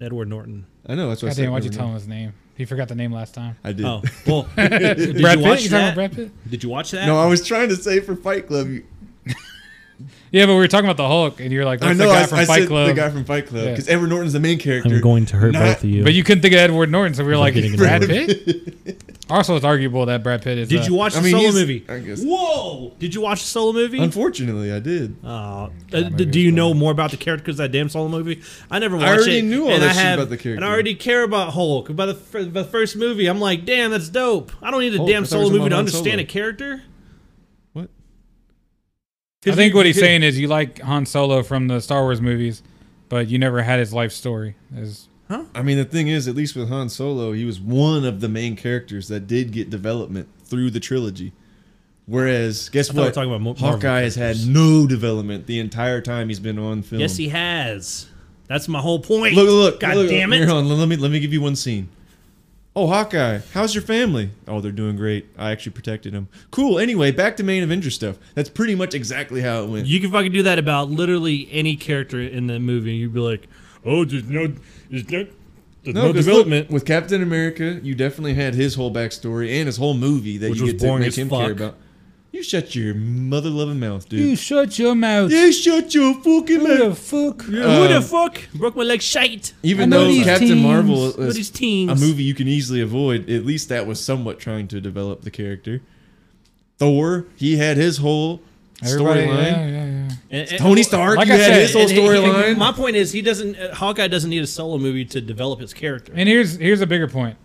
[SPEAKER 2] Edward Norton.
[SPEAKER 1] I know that's what I said.
[SPEAKER 3] Goddamn, why'd you
[SPEAKER 1] never
[SPEAKER 3] tell him
[SPEAKER 1] mind.
[SPEAKER 3] his name? He forgot the name last time.
[SPEAKER 1] I did.
[SPEAKER 2] Oh well, did
[SPEAKER 3] Brad
[SPEAKER 2] you
[SPEAKER 3] Pitt?
[SPEAKER 2] watch
[SPEAKER 3] You talking about
[SPEAKER 2] that?
[SPEAKER 3] Brad Pitt?
[SPEAKER 2] Did you watch that?
[SPEAKER 1] No, I was trying to say for Fight Club. you-
[SPEAKER 3] Yeah, but we were talking about the Hulk, and you're like,
[SPEAKER 1] I
[SPEAKER 3] "What's
[SPEAKER 1] know
[SPEAKER 3] the guy
[SPEAKER 1] I,
[SPEAKER 3] from
[SPEAKER 1] I
[SPEAKER 3] Fight
[SPEAKER 1] said
[SPEAKER 3] Club?"
[SPEAKER 1] the guy from Fight Club
[SPEAKER 3] Yeah.
[SPEAKER 1] because Edward Norton's the main character. not-
[SPEAKER 2] you.
[SPEAKER 3] But you couldn't think of Edward Norton, so we were like,
[SPEAKER 2] forgetting
[SPEAKER 3] Brad
[SPEAKER 2] about
[SPEAKER 3] Pitt? also, it's arguable that Brad Pitt is.
[SPEAKER 2] Did
[SPEAKER 3] uh,
[SPEAKER 2] you watch the
[SPEAKER 1] I mean,
[SPEAKER 2] solo
[SPEAKER 1] he's-
[SPEAKER 2] movie?
[SPEAKER 1] I guess.
[SPEAKER 2] Whoa! Did you watch the solo movie?
[SPEAKER 1] Unfortunately, I did.
[SPEAKER 2] Oh, uh, d- do you know more about the characters of that damn solo movie? I never watched
[SPEAKER 1] already
[SPEAKER 2] it,
[SPEAKER 1] knew all
[SPEAKER 2] and
[SPEAKER 1] that
[SPEAKER 2] I
[SPEAKER 1] shit
[SPEAKER 2] have-
[SPEAKER 1] about the character.
[SPEAKER 2] and I already care about Hulk. By the, fir- by the first movie, I'm like, damn, that's dope. I don't need a
[SPEAKER 1] Hulk, I
[SPEAKER 2] damn
[SPEAKER 1] thought
[SPEAKER 2] solo
[SPEAKER 1] we were talking
[SPEAKER 2] movie to
[SPEAKER 1] about Han
[SPEAKER 2] understand
[SPEAKER 1] Solo.
[SPEAKER 2] a character.
[SPEAKER 1] What?
[SPEAKER 3] I think what he's saying is you like Han Solo from the Star Wars movies, but you never had his life story. Is
[SPEAKER 1] I mean, the thing is, at least with Han Solo, he was one of the main characters that did get development through the trilogy. Whereas, guess
[SPEAKER 2] I thought we were
[SPEAKER 1] what?
[SPEAKER 2] talking about Mo- Marvel
[SPEAKER 1] Hawkeye has had no development the entire time he's been on film.
[SPEAKER 2] Yes, he has. That's my whole point.
[SPEAKER 1] Look, look,
[SPEAKER 2] God
[SPEAKER 1] look,
[SPEAKER 2] damn
[SPEAKER 1] here,
[SPEAKER 2] it!
[SPEAKER 1] hold on, let me let me give you one scene. Oh, Hawkeye, how's your family? Oh, they're doing great. I actually protected him. Cool. Anyway, back to main Avenger stuff. That's pretty much exactly how it went.
[SPEAKER 2] You can fucking do that about literally any character in the movie. You'd be like, oh, there's no, there's no, there's no,
[SPEAKER 1] 'cause
[SPEAKER 2] development.
[SPEAKER 1] look, with Captain America, you definitely had his whole backstory and his whole movie that
[SPEAKER 2] Which
[SPEAKER 1] you
[SPEAKER 2] was
[SPEAKER 1] get to
[SPEAKER 2] boring
[SPEAKER 1] make
[SPEAKER 2] as
[SPEAKER 1] him
[SPEAKER 2] fuck.
[SPEAKER 1] care about. You shut your mother loving mouth,
[SPEAKER 3] you
[SPEAKER 1] dude.
[SPEAKER 3] shut your mouth?
[SPEAKER 1] You shut your fucking
[SPEAKER 3] Who the
[SPEAKER 1] mouth.
[SPEAKER 3] fuck?
[SPEAKER 2] Who
[SPEAKER 1] Um,
[SPEAKER 2] the fuck broke my leg? Shite.
[SPEAKER 1] Even
[SPEAKER 3] I know
[SPEAKER 1] though
[SPEAKER 3] these
[SPEAKER 1] Captain
[SPEAKER 3] teams.
[SPEAKER 1] Marvel
[SPEAKER 2] What these
[SPEAKER 1] is
[SPEAKER 2] teens?
[SPEAKER 1] a movie you can easily avoid, at least that was somewhat trying to develop the character. Thor, he had his whole
[SPEAKER 3] Everybody-
[SPEAKER 1] storyline.
[SPEAKER 3] Yeah, yeah, yeah.
[SPEAKER 2] And- and-
[SPEAKER 1] Tony Stark,
[SPEAKER 3] Like
[SPEAKER 1] you
[SPEAKER 3] I
[SPEAKER 1] had
[SPEAKER 3] said,
[SPEAKER 1] his whole
[SPEAKER 2] and he-
[SPEAKER 1] storyline.
[SPEAKER 2] My point is, he doesn't. uh, Hawkeye doesn't need a solo movie to develop his character.
[SPEAKER 3] And here's here's a bigger point.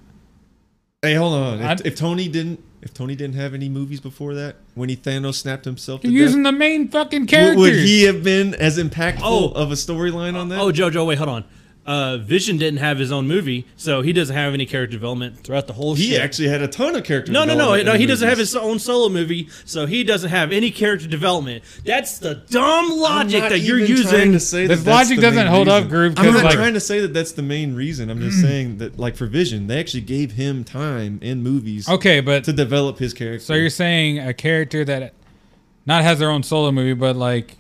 [SPEAKER 1] Hey, hold on.
[SPEAKER 3] I'd-
[SPEAKER 1] If, if Tony didn't, if Tony didn't have any movies before that, when he Thanos snapped himself to
[SPEAKER 3] You're
[SPEAKER 1] death,
[SPEAKER 3] using the main fucking
[SPEAKER 1] Would-
[SPEAKER 3] characters.
[SPEAKER 1] Would he have been as impactful
[SPEAKER 2] Oh.
[SPEAKER 1] of a storyline on that?
[SPEAKER 2] oh, Jojo, wait, hold on. Uh, Vision didn't have his own movie, so he doesn't have any character development throughout the whole.
[SPEAKER 1] he
[SPEAKER 2] shit.
[SPEAKER 1] actually had a ton of character.
[SPEAKER 2] No, no, no,
[SPEAKER 1] development
[SPEAKER 2] no.
[SPEAKER 1] in
[SPEAKER 2] He
[SPEAKER 1] the
[SPEAKER 2] doesn't have
[SPEAKER 1] movies.
[SPEAKER 2] his own solo movie, so he doesn't have any character development. That's the dumb
[SPEAKER 1] I'm
[SPEAKER 2] logic
[SPEAKER 1] not
[SPEAKER 2] that you're
[SPEAKER 1] even trying
[SPEAKER 2] using.
[SPEAKER 1] to say
[SPEAKER 3] This
[SPEAKER 1] that that's
[SPEAKER 3] logic
[SPEAKER 1] the
[SPEAKER 3] doesn't
[SPEAKER 1] main
[SPEAKER 3] hold up,
[SPEAKER 1] reason.
[SPEAKER 3] Groove,
[SPEAKER 1] I'm
[SPEAKER 3] 'cause,
[SPEAKER 1] not
[SPEAKER 3] like- Hmm.
[SPEAKER 1] trying to say that that's the main reason. I'm just saying that, like for Vision, they actually gave him time in movies
[SPEAKER 3] Okay, but
[SPEAKER 1] to develop his character.
[SPEAKER 3] so you're saying a character that not has their own solo movie, but like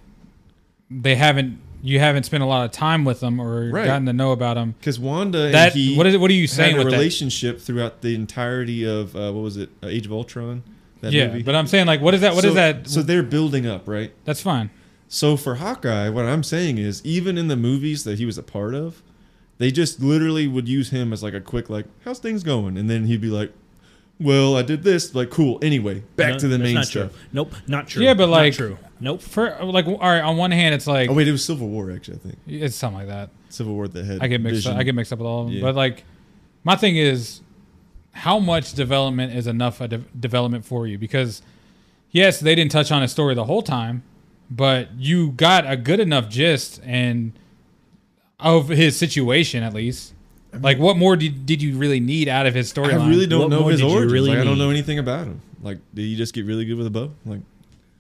[SPEAKER 3] they haven't you haven't spent a lot of time with them or
[SPEAKER 1] Right.
[SPEAKER 3] gotten to know about them.
[SPEAKER 1] because Wanda
[SPEAKER 3] That
[SPEAKER 1] and he
[SPEAKER 3] what is what are you
[SPEAKER 1] had
[SPEAKER 3] saying
[SPEAKER 1] a
[SPEAKER 3] with that?
[SPEAKER 1] relationship throughout the entirety of uh, what was it, uh, Age of Ultron? That
[SPEAKER 3] Yeah,
[SPEAKER 1] movie.
[SPEAKER 3] but I'm saying like what is that? What
[SPEAKER 1] so,
[SPEAKER 3] is that?
[SPEAKER 1] So they're building up, right?
[SPEAKER 3] That's fine.
[SPEAKER 1] So for Hawkeye, what I'm saying is, even in the movies that he was a part of, they just literally would use him as like a quick like, "How's things going?" and then he'd be like, "Well, I did this." Like, cool. Anyway, back
[SPEAKER 2] No,
[SPEAKER 1] to the
[SPEAKER 2] that's
[SPEAKER 1] main
[SPEAKER 2] not
[SPEAKER 1] stuff.
[SPEAKER 2] True. Nope, not true.
[SPEAKER 3] Yeah, but,
[SPEAKER 2] Not
[SPEAKER 3] like-
[SPEAKER 2] true. Nope.
[SPEAKER 3] For like all right, on one hand it's like
[SPEAKER 1] Oh wait, it was Civil War actually. I think
[SPEAKER 3] it's something like that.
[SPEAKER 1] Civil War that had
[SPEAKER 3] I get mixed
[SPEAKER 1] Vision.
[SPEAKER 3] up. I get mixed up with all of them.
[SPEAKER 1] Yeah.
[SPEAKER 3] But like, my thing is, how much development is enough a de- development for you? Because yes, they didn't touch on a story the whole time, but you got a good enough gist and of his situation at least. Like, what more did, did you really need out of his storyline?
[SPEAKER 1] I really don't
[SPEAKER 2] What
[SPEAKER 1] know
[SPEAKER 2] more
[SPEAKER 1] his
[SPEAKER 2] did you
[SPEAKER 1] origins.
[SPEAKER 2] really
[SPEAKER 1] like, I don't know
[SPEAKER 2] need?
[SPEAKER 1] anything about him. Like, did he just get really good with a bow? Like,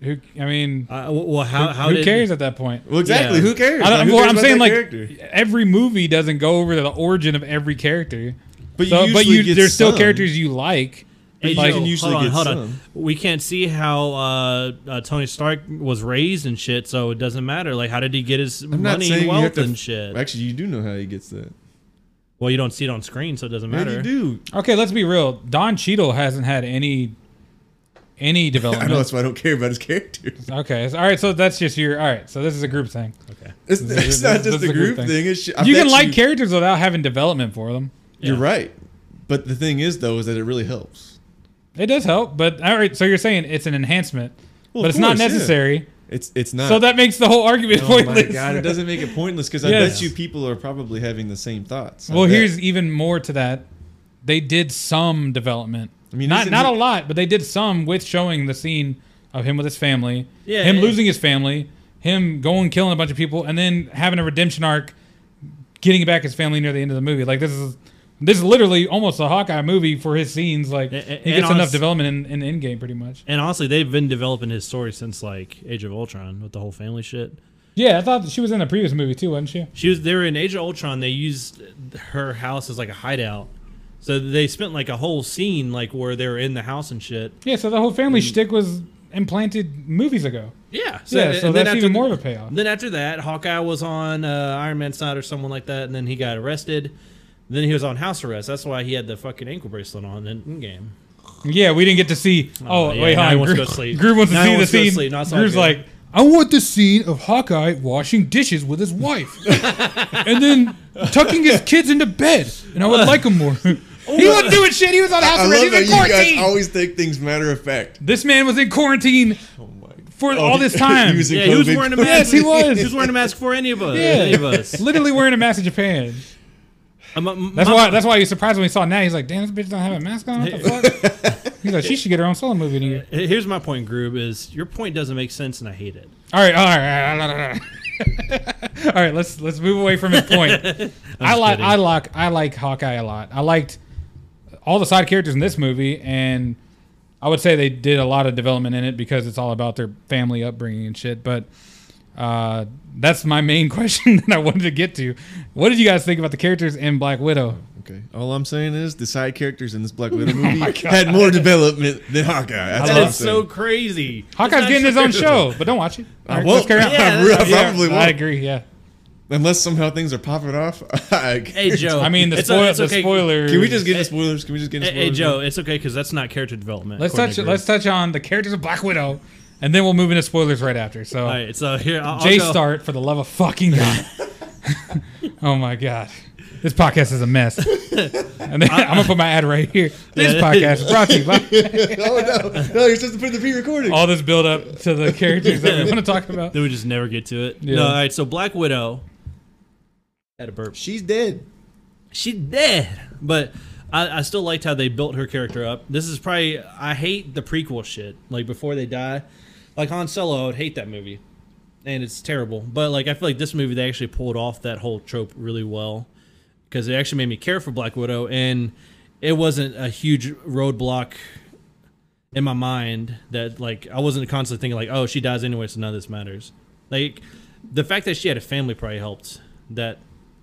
[SPEAKER 3] Who, I mean,
[SPEAKER 2] Uh, well, how
[SPEAKER 3] who,
[SPEAKER 2] how
[SPEAKER 3] who
[SPEAKER 2] did,
[SPEAKER 3] cares at that point?
[SPEAKER 1] well, exactly.
[SPEAKER 2] Yeah.
[SPEAKER 1] Who cares?
[SPEAKER 3] I
[SPEAKER 1] Like,
[SPEAKER 3] don't,
[SPEAKER 1] who
[SPEAKER 3] well,
[SPEAKER 1] cares
[SPEAKER 3] I'm
[SPEAKER 1] about
[SPEAKER 3] saying
[SPEAKER 1] that
[SPEAKER 3] like
[SPEAKER 1] character?
[SPEAKER 3] every movie doesn't go over the origin of every character.
[SPEAKER 1] but
[SPEAKER 3] So, but
[SPEAKER 1] usually
[SPEAKER 3] you
[SPEAKER 1] get
[SPEAKER 3] there's still
[SPEAKER 1] some.
[SPEAKER 3] characters you like.
[SPEAKER 2] Hey,
[SPEAKER 1] Like-
[SPEAKER 2] Joe,
[SPEAKER 1] You can usually
[SPEAKER 2] hold on,
[SPEAKER 1] get
[SPEAKER 2] hold
[SPEAKER 1] some.
[SPEAKER 2] on. We can't see how uh, uh, Tony Stark was raised and shit, so it doesn't matter. Like, how did he get his
[SPEAKER 1] I'm not
[SPEAKER 2] money
[SPEAKER 1] saying
[SPEAKER 2] and
[SPEAKER 1] you have
[SPEAKER 2] wealth
[SPEAKER 1] to.
[SPEAKER 2] and shit?
[SPEAKER 1] Actually, you do know how he gets that.
[SPEAKER 2] well, you don't see it on screen, so it doesn't
[SPEAKER 1] Yeah,
[SPEAKER 2] matter.
[SPEAKER 1] you do.
[SPEAKER 3] Okay, let's be real. Don Cheadle hasn't had any any
[SPEAKER 1] I know
[SPEAKER 3] development.
[SPEAKER 1] that's why I don't care about his characters.
[SPEAKER 3] okay, so- all right. So that's just your all right. So this is a group thing.
[SPEAKER 1] It's,
[SPEAKER 3] This is-
[SPEAKER 1] it's not
[SPEAKER 3] this
[SPEAKER 1] just
[SPEAKER 3] is
[SPEAKER 1] a group thing. It's sh- I
[SPEAKER 3] you
[SPEAKER 1] bet
[SPEAKER 3] can like characters without having development for them.
[SPEAKER 1] You're
[SPEAKER 2] Yeah.
[SPEAKER 1] right, but the thing is though is that it really helps.
[SPEAKER 3] It does help, but all right. So you're saying it's an enhancement,
[SPEAKER 1] Well,
[SPEAKER 3] but
[SPEAKER 1] of
[SPEAKER 3] it's not
[SPEAKER 1] course, yeah.
[SPEAKER 3] necessary.
[SPEAKER 1] It's it's not.
[SPEAKER 3] So that makes the whole argument
[SPEAKER 1] oh
[SPEAKER 3] pointless.
[SPEAKER 1] my god, it doesn't make it pointless because I
[SPEAKER 3] Yes.
[SPEAKER 1] bet you people are probably having the same thoughts. I
[SPEAKER 3] Well,
[SPEAKER 1] bet.
[SPEAKER 3] here's even more to that. They did some development.
[SPEAKER 1] I
[SPEAKER 3] I mean,
[SPEAKER 1] mean,
[SPEAKER 3] not
[SPEAKER 1] isn't
[SPEAKER 3] not
[SPEAKER 1] it-
[SPEAKER 3] a lot, but they did some with showing the scene of him with his family,
[SPEAKER 2] Yeah,
[SPEAKER 3] him
[SPEAKER 2] yeah.
[SPEAKER 3] losing his family, him going killing a bunch of people, and then having a redemption arc, getting back his family near the end of the movie. Like this is this is literally almost a Hawkeye movie for his scenes. Like
[SPEAKER 2] A- a-
[SPEAKER 3] he
[SPEAKER 2] and
[SPEAKER 3] gets enough
[SPEAKER 2] honest-
[SPEAKER 3] development in, in Endgame, pretty much.
[SPEAKER 2] And honestly, they've been developing his story since like Age of Ultron with the whole family shit.
[SPEAKER 3] Yeah, I thought she was in the previous movie too, wasn't she?
[SPEAKER 2] She was they were in Age of Ultron. They used her house as like a hideout, so they spent like a whole scene like where they were in the house and shit.
[SPEAKER 3] Yeah. So the whole family shtick was implanted movies ago.
[SPEAKER 2] Yeah,
[SPEAKER 3] yeah. So
[SPEAKER 2] and then
[SPEAKER 3] that's
[SPEAKER 2] after
[SPEAKER 3] even
[SPEAKER 2] the-
[SPEAKER 3] more of a payoff.
[SPEAKER 2] Then after that, Hawkeye was on uh, Iron Man's side or someone like that, and then he got arrested. Then he was on house arrest. That's why he had the fucking ankle bracelet on in, in game.
[SPEAKER 3] Yeah, we didn't get to see. Oh,
[SPEAKER 2] Oh, yeah,
[SPEAKER 3] wait,
[SPEAKER 2] now
[SPEAKER 3] hold
[SPEAKER 2] he
[SPEAKER 3] on.
[SPEAKER 2] wants to
[SPEAKER 3] Gru-
[SPEAKER 2] go to sleep.
[SPEAKER 3] Gru wants to
[SPEAKER 2] Now he
[SPEAKER 3] see the
[SPEAKER 2] wants to go to
[SPEAKER 3] scene.
[SPEAKER 2] sleep. No, it's all
[SPEAKER 3] Gru's
[SPEAKER 2] good.
[SPEAKER 3] like, I want the scene of Hawkeye washing dishes with his wife, and then tucking his kids into bed, and I would like him more. he wasn't doing shit. He was on
[SPEAKER 1] I
[SPEAKER 3] house
[SPEAKER 1] love
[SPEAKER 3] arrest. He was
[SPEAKER 1] that
[SPEAKER 3] in
[SPEAKER 1] you guys
[SPEAKER 3] quarantine.
[SPEAKER 1] always take things matter of fact.
[SPEAKER 3] this man was in quarantine
[SPEAKER 1] Oh my.
[SPEAKER 3] for
[SPEAKER 1] Oh,
[SPEAKER 3] all
[SPEAKER 1] he-
[SPEAKER 3] this time.
[SPEAKER 1] he was in
[SPEAKER 2] Yeah, he was
[SPEAKER 1] COVID.
[SPEAKER 2] wearing a mask.
[SPEAKER 3] Yes, he was.
[SPEAKER 2] He was wearing a mask for any of us.
[SPEAKER 3] Yeah.
[SPEAKER 2] Any of us.
[SPEAKER 3] literally wearing a mask in Japan.
[SPEAKER 2] Um, um,
[SPEAKER 3] That's
[SPEAKER 2] my-
[SPEAKER 3] why. That's why he was surprised when he saw now. He's like, "Damn, this bitch don't have a mask on." What the fuck? He's like, "She should get her own solo movie." in a year."
[SPEAKER 2] Here's my point, Groob. Is your point doesn't make sense, and I hate it.
[SPEAKER 3] All right, all right, all right, all right. all right. Let's let's move away from his point. I like
[SPEAKER 2] kidding.
[SPEAKER 3] I like I like Hawkeye a lot. I liked all the side characters in this movie, and I would say they did a lot of development in it because it's all about their family upbringing and shit. But uh, that's my main question that I wanted to get to. What did you guys think about the characters in Black Widow?
[SPEAKER 1] Okay. All I'm saying is the side characters in this Black Widow movie had more development than Hawkeye. That's
[SPEAKER 2] That
[SPEAKER 1] what I'm
[SPEAKER 2] is so
[SPEAKER 1] saying.
[SPEAKER 2] crazy.
[SPEAKER 3] Hawkeye's
[SPEAKER 2] That's
[SPEAKER 3] getting his own
[SPEAKER 2] true.
[SPEAKER 3] show, but don't watch it. All
[SPEAKER 1] I
[SPEAKER 3] right,
[SPEAKER 1] won't.
[SPEAKER 3] let's carry on.
[SPEAKER 2] Yeah,
[SPEAKER 1] I
[SPEAKER 2] that's-
[SPEAKER 1] probably
[SPEAKER 3] I
[SPEAKER 1] won't.
[SPEAKER 3] agree. Yeah.
[SPEAKER 1] Unless somehow things are popping off. I-
[SPEAKER 2] Hey Joe.
[SPEAKER 3] I mean, the,
[SPEAKER 2] it's-
[SPEAKER 3] spoil-
[SPEAKER 2] it's
[SPEAKER 3] the
[SPEAKER 2] okay.
[SPEAKER 3] spoilers.
[SPEAKER 1] Can we just get
[SPEAKER 2] Hey-
[SPEAKER 1] into spoilers? Can we just get into
[SPEAKER 2] Hey,
[SPEAKER 1] spoilers?
[SPEAKER 2] hey, Joe, it's okay because that's not character development.
[SPEAKER 3] Let's
[SPEAKER 2] according
[SPEAKER 3] touch
[SPEAKER 2] to Groob.
[SPEAKER 3] let's touch on the characters of Black Widow, and then we'll move into spoilers right after. So
[SPEAKER 2] All right, so here I'll, I'll
[SPEAKER 3] J
[SPEAKER 2] go.
[SPEAKER 3] Start for the love of fucking God. oh my God. This podcast is a mess. and then I'm gonna put my ad right here. This
[SPEAKER 2] Yeah.
[SPEAKER 3] podcast is brought to you by
[SPEAKER 1] oh, no. No, you're supposed to put the pre-recording.
[SPEAKER 3] all this build up to the characters that we want to talk about.
[SPEAKER 2] Then we just never get to it.
[SPEAKER 3] Yeah.
[SPEAKER 2] No, all right. So Black Widow had a burp.
[SPEAKER 1] She's dead.
[SPEAKER 2] She dead, but I, I still liked how they built her character up. This is probably I hate the prequel shit. Like before they die, like Han Solo, I would hate that movie, and it's terrible. But like I feel like this movie they actually pulled off that whole trope really well because it actually made me care for Black Widow, and it wasn't a huge roadblock in my mind that like I wasn't constantly thinking like, oh, she dies anyway, so none of this matters. Like the fact that she had a family probably helped that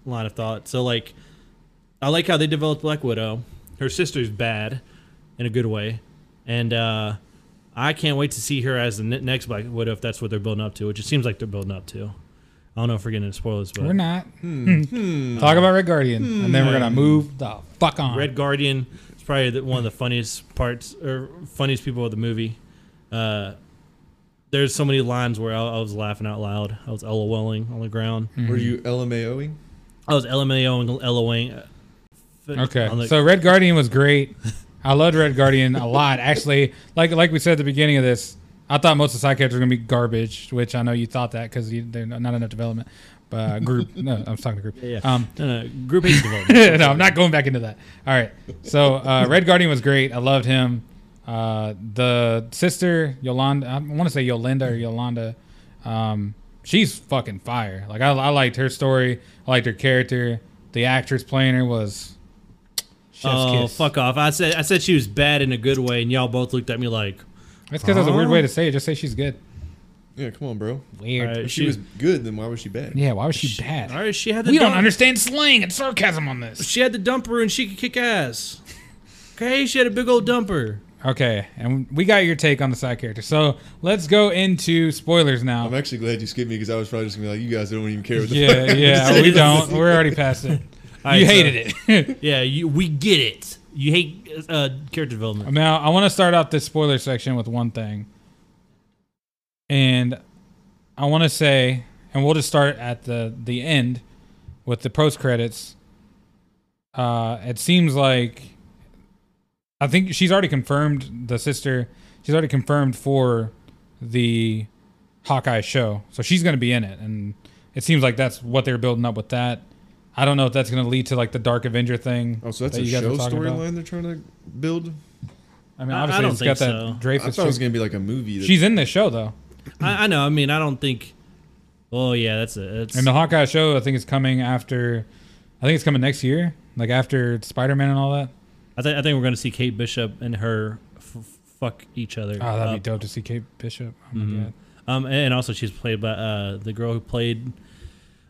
[SPEAKER 2] line of thought. So like I like how they developed Black Widow. Her sister's bad in a good way. And uh I can't wait to see her as the ne- next Black Widow if that's what they're building up to, which it seems like they're building up to. I don't know if we're getting into spoilers, but
[SPEAKER 3] We're not.
[SPEAKER 2] Hmm.
[SPEAKER 3] Talk about Red Guardian, and then we're gonna move the fuck on.
[SPEAKER 2] Red Guardian is probably the, one of the funniest parts or funniest people of the movie. Uh, there's so many lines where I, I was laughing out loud. I was LOLing on the ground.
[SPEAKER 3] Hmm.
[SPEAKER 1] Were you LMAOing?
[SPEAKER 2] I was LMAO and LOing.
[SPEAKER 3] Okay.
[SPEAKER 2] Uh, on the-
[SPEAKER 3] so Red Guardian was great. I loved Red Guardian a lot. Actually, like like we said at the beginning of this, I thought most of the side characters were gonna be garbage, which I know you thought that because they're not enough development. But uh, group, no, I'm talking to group.
[SPEAKER 2] yeah,
[SPEAKER 3] Um,
[SPEAKER 2] no, no, group H development.
[SPEAKER 3] no, I'm not going back into that. All right. So uh, Red Guardian was great. I loved him. Uh, the sister Yolanda, I want to say Yolanda or Yolanda, um, she's fucking fire. Like I, I liked her story. I liked her character. The actress playing her was. Chef's
[SPEAKER 2] oh,
[SPEAKER 3] kiss.
[SPEAKER 2] fuck off! I said I said she was bad in a good way, and y'all both looked at me like
[SPEAKER 3] That's because that's a weird way to say it. Just say she's good.
[SPEAKER 1] Yeah, come on, bro.
[SPEAKER 3] Weird.
[SPEAKER 2] Alright.
[SPEAKER 1] If she,
[SPEAKER 2] She-
[SPEAKER 1] was good, then why was she bad?
[SPEAKER 3] Yeah, why was she,
[SPEAKER 2] "Shit,
[SPEAKER 3] bad?
[SPEAKER 2] All right, she had the
[SPEAKER 3] We don't
[SPEAKER 2] dump-
[SPEAKER 3] understand slang and sarcasm on this.
[SPEAKER 2] She had the dumper, and she could kick ass. Okay, she had a big old dumper.
[SPEAKER 3] Okay, and we got your take on the side character. So let's go into spoilers
[SPEAKER 1] I'm
[SPEAKER 3] now.
[SPEAKER 1] actually glad you skipped me because I was probably just gonna be like, you guys don't even care. What the fuck
[SPEAKER 3] Yeah,
[SPEAKER 1] I'm
[SPEAKER 3] yeah,
[SPEAKER 1] saying."
[SPEAKER 3] we don't. We're already past it.
[SPEAKER 2] Alright,
[SPEAKER 3] you
[SPEAKER 2] so-
[SPEAKER 3] hated it.
[SPEAKER 2] Yeah, you, we get it. You hate uh, character development.
[SPEAKER 3] now I want to start out this spoiler section with one thing, and I want to say, and we'll just start at the the end with the post credits. Uh, it seems like I think she's already confirmed the sister. She's already confirmed for the Hawkeye show, so she's going to be in it, and it seems like that's what they're building up with that. I don't know if that's going to lead to like the Dark Avenger thing.
[SPEAKER 1] Oh, so that's
[SPEAKER 3] that
[SPEAKER 1] a
[SPEAKER 3] you guys
[SPEAKER 1] show
[SPEAKER 3] were talking about.
[SPEAKER 1] storyline they're trying to build.
[SPEAKER 3] I mean,
[SPEAKER 2] I- I
[SPEAKER 3] obviously,
[SPEAKER 2] don't
[SPEAKER 3] it's
[SPEAKER 2] think
[SPEAKER 3] got
[SPEAKER 2] so.
[SPEAKER 3] that Dreyfus.
[SPEAKER 1] I thought it was gonna be like a movie. That,
[SPEAKER 3] She's in this show though,
[SPEAKER 2] I, I know. I mean, I don't think. Oh yeah, that's it. That's,
[SPEAKER 3] and the Hawkeye show I think is coming after. I think it's coming next year, like after Spider Man and all that.
[SPEAKER 2] I, th- I think we're gonna see Kate Bishop and her f- f- fuck each other.
[SPEAKER 3] Oh, that'd be
[SPEAKER 2] up.
[SPEAKER 3] dope to see Kate Bishop. Oh my
[SPEAKER 2] Mhm.
[SPEAKER 3] god.
[SPEAKER 2] Um, and also she's played by uh the girl who played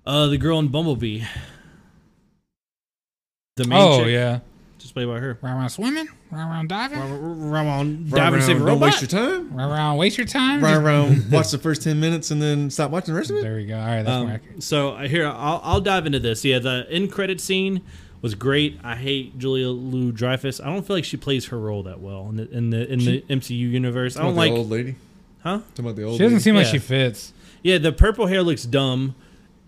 [SPEAKER 2] uh the girl in Bumblebee. The main
[SPEAKER 3] Oh
[SPEAKER 2] chick,
[SPEAKER 3] yeah,
[SPEAKER 2] just played by her.
[SPEAKER 3] right around swimming, right around diving,
[SPEAKER 1] Right
[SPEAKER 2] Dive and
[SPEAKER 1] around,
[SPEAKER 2] save a
[SPEAKER 1] don't
[SPEAKER 2] robot.
[SPEAKER 1] waste your time.
[SPEAKER 3] right around waste your time.
[SPEAKER 1] Right
[SPEAKER 3] Just-
[SPEAKER 1] around, watch the first ten minutes and then stop watching the rest of it.
[SPEAKER 3] There we go. All right, that's more accurate.
[SPEAKER 2] Um, so uh, here I'll, I'll dive into this. Yeah, the end credit scene was great. I hate Julia Lou Dreyfus. I don't feel like she plays her role that well in the in the in the MCU universe. I
[SPEAKER 1] Talking
[SPEAKER 2] don't
[SPEAKER 1] about
[SPEAKER 2] like,
[SPEAKER 1] the old lady.
[SPEAKER 2] huh?
[SPEAKER 1] Talking about the old.
[SPEAKER 3] She doesn't
[SPEAKER 1] lady.
[SPEAKER 3] seem like
[SPEAKER 2] yeah.
[SPEAKER 3] she fits.
[SPEAKER 2] Yeah, the purple hair looks dumb,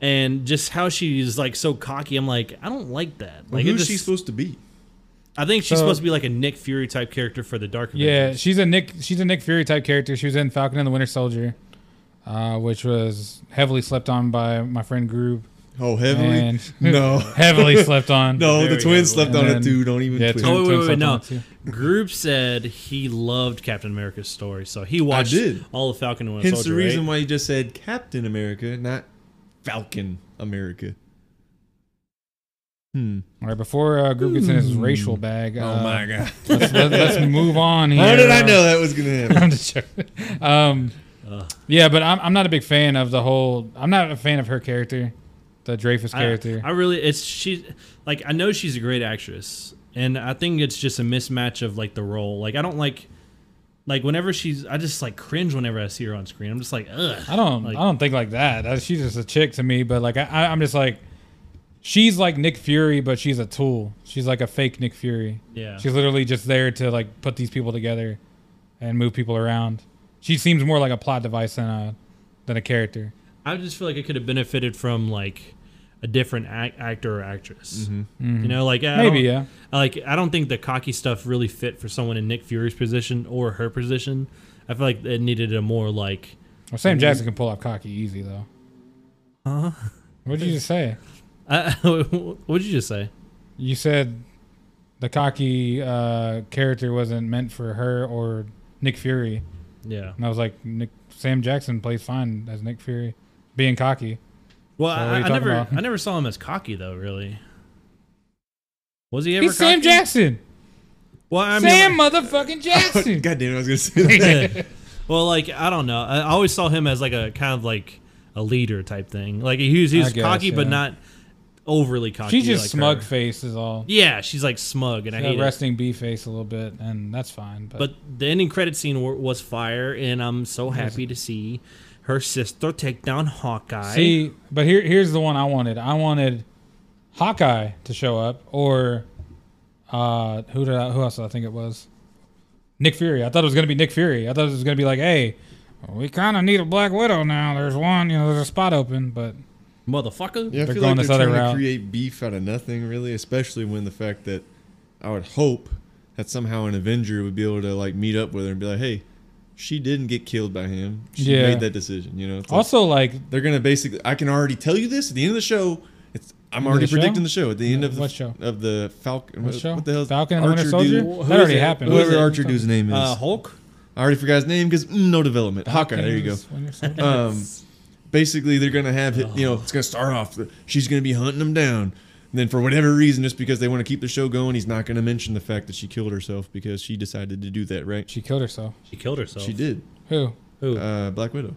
[SPEAKER 2] and just how she's like so cocky. I'm like, I don't like that. Like, it
[SPEAKER 1] Who's
[SPEAKER 2] just,
[SPEAKER 1] she supposed to be?
[SPEAKER 2] I think she's
[SPEAKER 3] So-
[SPEAKER 2] supposed to be like a Nick Fury type character for the Dark.
[SPEAKER 3] Yeah,
[SPEAKER 2] Avengers.
[SPEAKER 3] she's a Nick. She's a Nick Fury type character. She was in Falcon and the Winter Soldier, uh, which was heavily slept on by my friend Groove.
[SPEAKER 1] Oh, heavily.
[SPEAKER 3] And-
[SPEAKER 1] No,
[SPEAKER 3] Heavily slept on.
[SPEAKER 1] no, the
[SPEAKER 2] Very
[SPEAKER 1] twins slept
[SPEAKER 3] heavily.
[SPEAKER 1] on
[SPEAKER 3] And
[SPEAKER 1] it
[SPEAKER 3] then-
[SPEAKER 1] too. Don't even.
[SPEAKER 3] Yeah,
[SPEAKER 1] twist.
[SPEAKER 3] twin-
[SPEAKER 2] Oh wait,
[SPEAKER 3] twin
[SPEAKER 2] wait, wait! No,
[SPEAKER 3] supplements, yeah.
[SPEAKER 2] Groop said he loved Captain America's story, so he watched
[SPEAKER 1] did.
[SPEAKER 2] all of Falcon and Winter
[SPEAKER 1] Hence
[SPEAKER 2] Soldier.
[SPEAKER 1] the reason
[SPEAKER 2] right?
[SPEAKER 1] why you just said Captain America, not Falcon America. Hmm.
[SPEAKER 3] All right, before uh, Groove gets in his
[SPEAKER 2] Hmm.
[SPEAKER 3] racial bag.
[SPEAKER 2] Oh,
[SPEAKER 3] Uh,
[SPEAKER 1] Oh god!
[SPEAKER 3] let's, let, us move on here.
[SPEAKER 1] How did I know that was gonna happen?
[SPEAKER 3] I'm just joking. Um,
[SPEAKER 2] Ugh.
[SPEAKER 3] yeah, but I'm, I'm not a big fan of the whole. I'm not a fan of her character, the Dreyfus
[SPEAKER 2] I,
[SPEAKER 3] character.
[SPEAKER 2] I really, it's she. Like I know she's a great actress, and I think it's just a mismatch of like the role. Like I don't like, like whenever she's, I just like cringe whenever I see her on screen. I'm just like, ugh.
[SPEAKER 3] I, don't.
[SPEAKER 2] like-
[SPEAKER 3] I don't think like that. Uh, She's just a chick to me. But like, I, I, I'm just like, she's like Nick Fury, but she's a tool. She's like a fake Nick Fury.
[SPEAKER 2] Yeah.
[SPEAKER 3] She's literally just there to like put these people together, and move people around. She seems more like a plot device than a than a character.
[SPEAKER 2] I just feel like it could have benefited from like a different ac- actor or actress. You know, like I
[SPEAKER 3] Mm-hmm. Maybe
[SPEAKER 2] don't-
[SPEAKER 3] yeah.
[SPEAKER 2] Like I don't think the cocky stuff really fit for someone in Nick Fury's position or her position. I feel like it needed a more like
[SPEAKER 3] Well, Sam Jackson can pull off cocky easy though.
[SPEAKER 2] Huh?
[SPEAKER 3] What did you just say?
[SPEAKER 2] I, what'd you just say?
[SPEAKER 3] You said the cocky uh, character wasn't meant for her or Nick Fury,
[SPEAKER 2] Yeah.
[SPEAKER 3] and I was like, Nick, Sam Jackson plays fine as Nick Fury, being cocky.
[SPEAKER 2] Well,
[SPEAKER 3] So what are
[SPEAKER 2] I,
[SPEAKER 3] you
[SPEAKER 2] I
[SPEAKER 3] talking
[SPEAKER 2] never,
[SPEAKER 3] about?
[SPEAKER 2] I never saw him as cocky though. Really. Was he ever?
[SPEAKER 3] He's Sam
[SPEAKER 2] cocky?
[SPEAKER 3] Jackson.
[SPEAKER 2] Well, I mean,
[SPEAKER 3] Sam motherfucking Jackson.
[SPEAKER 1] God damn it! I was gonna say that.
[SPEAKER 2] well, like I don't know. I I always saw him as like a kind of like a leader type thing. Like he was, he
[SPEAKER 3] I
[SPEAKER 2] was
[SPEAKER 3] guess,
[SPEAKER 2] cocky, but
[SPEAKER 3] yeah.
[SPEAKER 2] not overly cocky.
[SPEAKER 3] She's just
[SPEAKER 2] like
[SPEAKER 3] smug
[SPEAKER 2] her.
[SPEAKER 3] face is all.
[SPEAKER 2] Yeah, she's like smug, and I
[SPEAKER 3] She's
[SPEAKER 2] hate
[SPEAKER 3] got
[SPEAKER 2] it.
[SPEAKER 3] resting B face a little bit, and that's fine. But,
[SPEAKER 2] But the ending credit scene wa- was fire, and I'm so happy to see her sister take down Hawkeye.
[SPEAKER 3] see, but here here's the one I wanted. I wanted Hawkeye to show up, or uh, who did I, who else did I think it was? Nick Fury. I thought it was gonna be Nick Fury. I thought it was gonna be like, hey, we kind of need a Black Widow now. There's one, you know, there's a spot open, but
[SPEAKER 2] motherfucker.
[SPEAKER 1] Yeah, I
[SPEAKER 3] They're
[SPEAKER 1] feel
[SPEAKER 3] going
[SPEAKER 1] like
[SPEAKER 3] this
[SPEAKER 1] they're
[SPEAKER 3] other
[SPEAKER 1] trying
[SPEAKER 3] route.
[SPEAKER 1] to create beef out of nothing, really. Especially when the fact that I would hope that somehow an Avenger would be able to like meet up with her and be like, "Hey, she didn't get killed by him. She
[SPEAKER 3] Yeah.
[SPEAKER 1] made that decision." You know. It's like,
[SPEAKER 3] also like
[SPEAKER 1] they're gonna basically. I can already tell you this at the end of the show. It's I'm
[SPEAKER 3] End of
[SPEAKER 1] already
[SPEAKER 3] the show?
[SPEAKER 1] predicting the show at the end of the
[SPEAKER 3] What show?
[SPEAKER 1] of the Falcon.
[SPEAKER 3] what
[SPEAKER 1] What,
[SPEAKER 3] show?
[SPEAKER 1] what the hell?
[SPEAKER 3] Falcon and the Winter Soldier.
[SPEAKER 1] Dude,
[SPEAKER 3] that already
[SPEAKER 2] it?
[SPEAKER 3] happened.
[SPEAKER 2] Who is
[SPEAKER 1] whoever
[SPEAKER 2] it?
[SPEAKER 1] Archer dude's name is.
[SPEAKER 2] Uh, Hulk.
[SPEAKER 1] I already forgot his name because mm, no development. Hawkeye. There you go.
[SPEAKER 3] Winter Soldier.
[SPEAKER 1] Um, basically they're gonna have hi- you know it's gonna start off she's gonna be hunting him down and then for whatever reason just because they want to keep the show going he's not gonna mention the fact that she killed herself because she decided to do that right
[SPEAKER 3] She killed herself.
[SPEAKER 2] She killed herself.
[SPEAKER 1] she did
[SPEAKER 3] Who?
[SPEAKER 2] Who?
[SPEAKER 1] uh, black widow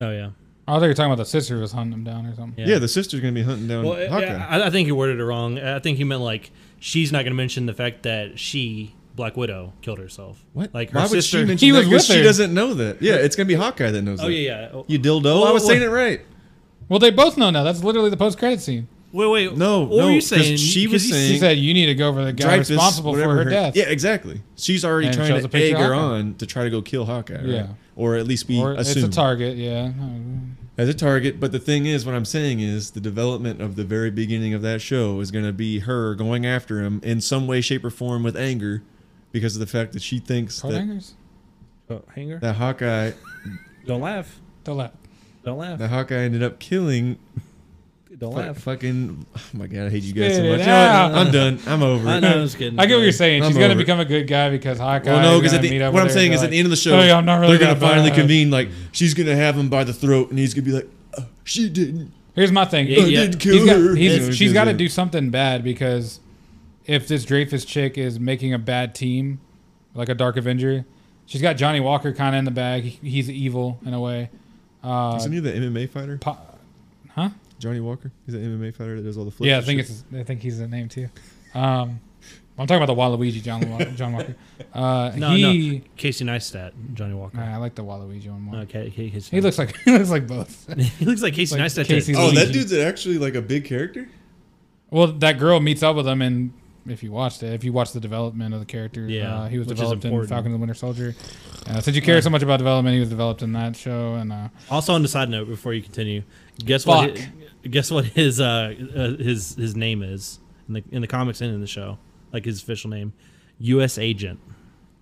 [SPEAKER 2] oh yeah.
[SPEAKER 3] I thought you were talking about the sister who was hunting him down or something.
[SPEAKER 1] yeah.
[SPEAKER 2] Yeah.
[SPEAKER 1] the sister's gonna be hunting down
[SPEAKER 2] Well,
[SPEAKER 1] hawkeye
[SPEAKER 2] yeah, I, I think he worded it wrong. I think he meant like she's not going to mention the fact that she Black Widow killed herself.
[SPEAKER 1] what
[SPEAKER 2] Like her
[SPEAKER 1] why would
[SPEAKER 2] sister.
[SPEAKER 1] she mention
[SPEAKER 3] He
[SPEAKER 1] that
[SPEAKER 3] was
[SPEAKER 1] 'Cause
[SPEAKER 3] with
[SPEAKER 1] she
[SPEAKER 3] her.
[SPEAKER 1] doesn't know that yeah it's gonna be hawkeye that knows
[SPEAKER 2] oh
[SPEAKER 1] that.
[SPEAKER 2] yeah, yeah.
[SPEAKER 1] you dildo
[SPEAKER 2] Well,
[SPEAKER 1] i was
[SPEAKER 2] well-
[SPEAKER 1] saying it right
[SPEAKER 3] Well, they both know now. That's literally the post-credit scene.
[SPEAKER 2] Wait, wait.
[SPEAKER 1] No,
[SPEAKER 2] What
[SPEAKER 1] no,
[SPEAKER 2] were you
[SPEAKER 1] 'cause
[SPEAKER 2] saying?
[SPEAKER 1] she
[SPEAKER 2] 'Cause
[SPEAKER 1] was
[SPEAKER 2] you-
[SPEAKER 1] saying-
[SPEAKER 3] She said, "You need to go for the guy
[SPEAKER 1] Dreyfus,
[SPEAKER 3] responsible for
[SPEAKER 1] whatever
[SPEAKER 3] her, death."
[SPEAKER 1] Yeah, exactly. She's already
[SPEAKER 3] And it
[SPEAKER 1] trying
[SPEAKER 3] shows a
[SPEAKER 1] to egg
[SPEAKER 3] picture of
[SPEAKER 1] her
[SPEAKER 3] Hawkeye.
[SPEAKER 1] on to try to go kill Hawkeye. Right?
[SPEAKER 3] Yeah.
[SPEAKER 1] Or at least we
[SPEAKER 3] Or it's
[SPEAKER 1] assume
[SPEAKER 3] a target. Yeah.
[SPEAKER 1] as a target. But the thing is, what I'm saying is, the development of the very beginning of that show is going to be her going after him in some way, shape, or form with anger, because of the fact that she thinks
[SPEAKER 3] Coat
[SPEAKER 1] that,
[SPEAKER 3] hangers.
[SPEAKER 2] Oh, hanger.
[SPEAKER 1] that Hawkeye
[SPEAKER 2] Don't laugh.
[SPEAKER 3] The left.
[SPEAKER 2] Don't laugh.
[SPEAKER 1] that Hawkeye ended up killing
[SPEAKER 2] Don't
[SPEAKER 1] fu-
[SPEAKER 2] laugh.
[SPEAKER 1] fucking. Oh my god, I hate you guys
[SPEAKER 3] Spit
[SPEAKER 1] so
[SPEAKER 3] it
[SPEAKER 1] much. You know what?
[SPEAKER 3] out.
[SPEAKER 1] I'm done. I'm over.
[SPEAKER 2] I
[SPEAKER 1] it.
[SPEAKER 2] know. I was kidding.
[SPEAKER 3] I get what you're saying.
[SPEAKER 1] I'm
[SPEAKER 3] She's gonna
[SPEAKER 1] over it.
[SPEAKER 3] become a good guy because Hawkeye.
[SPEAKER 1] Well, no,
[SPEAKER 3] is
[SPEAKER 1] because
[SPEAKER 3] gonna meet up
[SPEAKER 1] what
[SPEAKER 3] with
[SPEAKER 1] I'm
[SPEAKER 3] her
[SPEAKER 1] saying
[SPEAKER 3] and
[SPEAKER 1] is
[SPEAKER 3] be
[SPEAKER 1] at
[SPEAKER 3] like,
[SPEAKER 1] the end of the show,
[SPEAKER 3] "Sorry, I'm not really
[SPEAKER 1] they're gonna
[SPEAKER 3] that
[SPEAKER 1] finally
[SPEAKER 3] bad."
[SPEAKER 1] convene. Like she's gonna have him by the throat, and he's gonna be like, oh, "She didn't.
[SPEAKER 3] Here's my thing.
[SPEAKER 2] Yeah,
[SPEAKER 1] I
[SPEAKER 2] yeah.
[SPEAKER 1] didn't kill
[SPEAKER 3] He's
[SPEAKER 1] her."
[SPEAKER 3] got,
[SPEAKER 1] You know,
[SPEAKER 3] he's, she's
[SPEAKER 1] because,
[SPEAKER 3] got
[SPEAKER 1] uh,
[SPEAKER 3] to do something bad because if this Dreyfus chick is making a bad team, like a Dark Avenger, she's got Johnny Walker kind of in the bag. He, he's evil in a way. Uh,
[SPEAKER 1] Isn't he the MMA fighter?
[SPEAKER 3] po- huh?
[SPEAKER 1] Johnny Walker. He's an MMA fighter that does all the flips.
[SPEAKER 3] Yeah, I
[SPEAKER 1] and
[SPEAKER 3] think
[SPEAKER 1] shit.
[SPEAKER 3] it's I think he's the name too. Um, I'm talking about the Waluigi John Wa- John Walker. Uh,
[SPEAKER 2] No,
[SPEAKER 3] he,
[SPEAKER 2] Casey Neistat, Johnny Walker.
[SPEAKER 3] Nah, I like the Waluigi one more.
[SPEAKER 2] Okay, Casey. Neistat.
[SPEAKER 3] He looks like he looks like both.
[SPEAKER 2] he looks like Casey
[SPEAKER 3] like
[SPEAKER 2] Neistat. to-
[SPEAKER 3] Casey
[SPEAKER 1] Oh, that
[SPEAKER 3] Luigi.
[SPEAKER 1] dude's actually like a big character.
[SPEAKER 3] Well, that girl meets up with him, and if you watched it, if you watched the development of the character,
[SPEAKER 2] Yeah,
[SPEAKER 3] uh, he was
[SPEAKER 2] which is
[SPEAKER 3] developed in
[SPEAKER 2] important.
[SPEAKER 3] Falcon and the Winter Soldier. Uh, since you care so much about development, he was developed in that show. And uh,
[SPEAKER 2] Also, on the side note, before you continue, guess what?
[SPEAKER 3] Fuck.
[SPEAKER 2] hi- guess what his uh, uh his his name is in the in the comics and in the show, like his official name, U.S. Agent.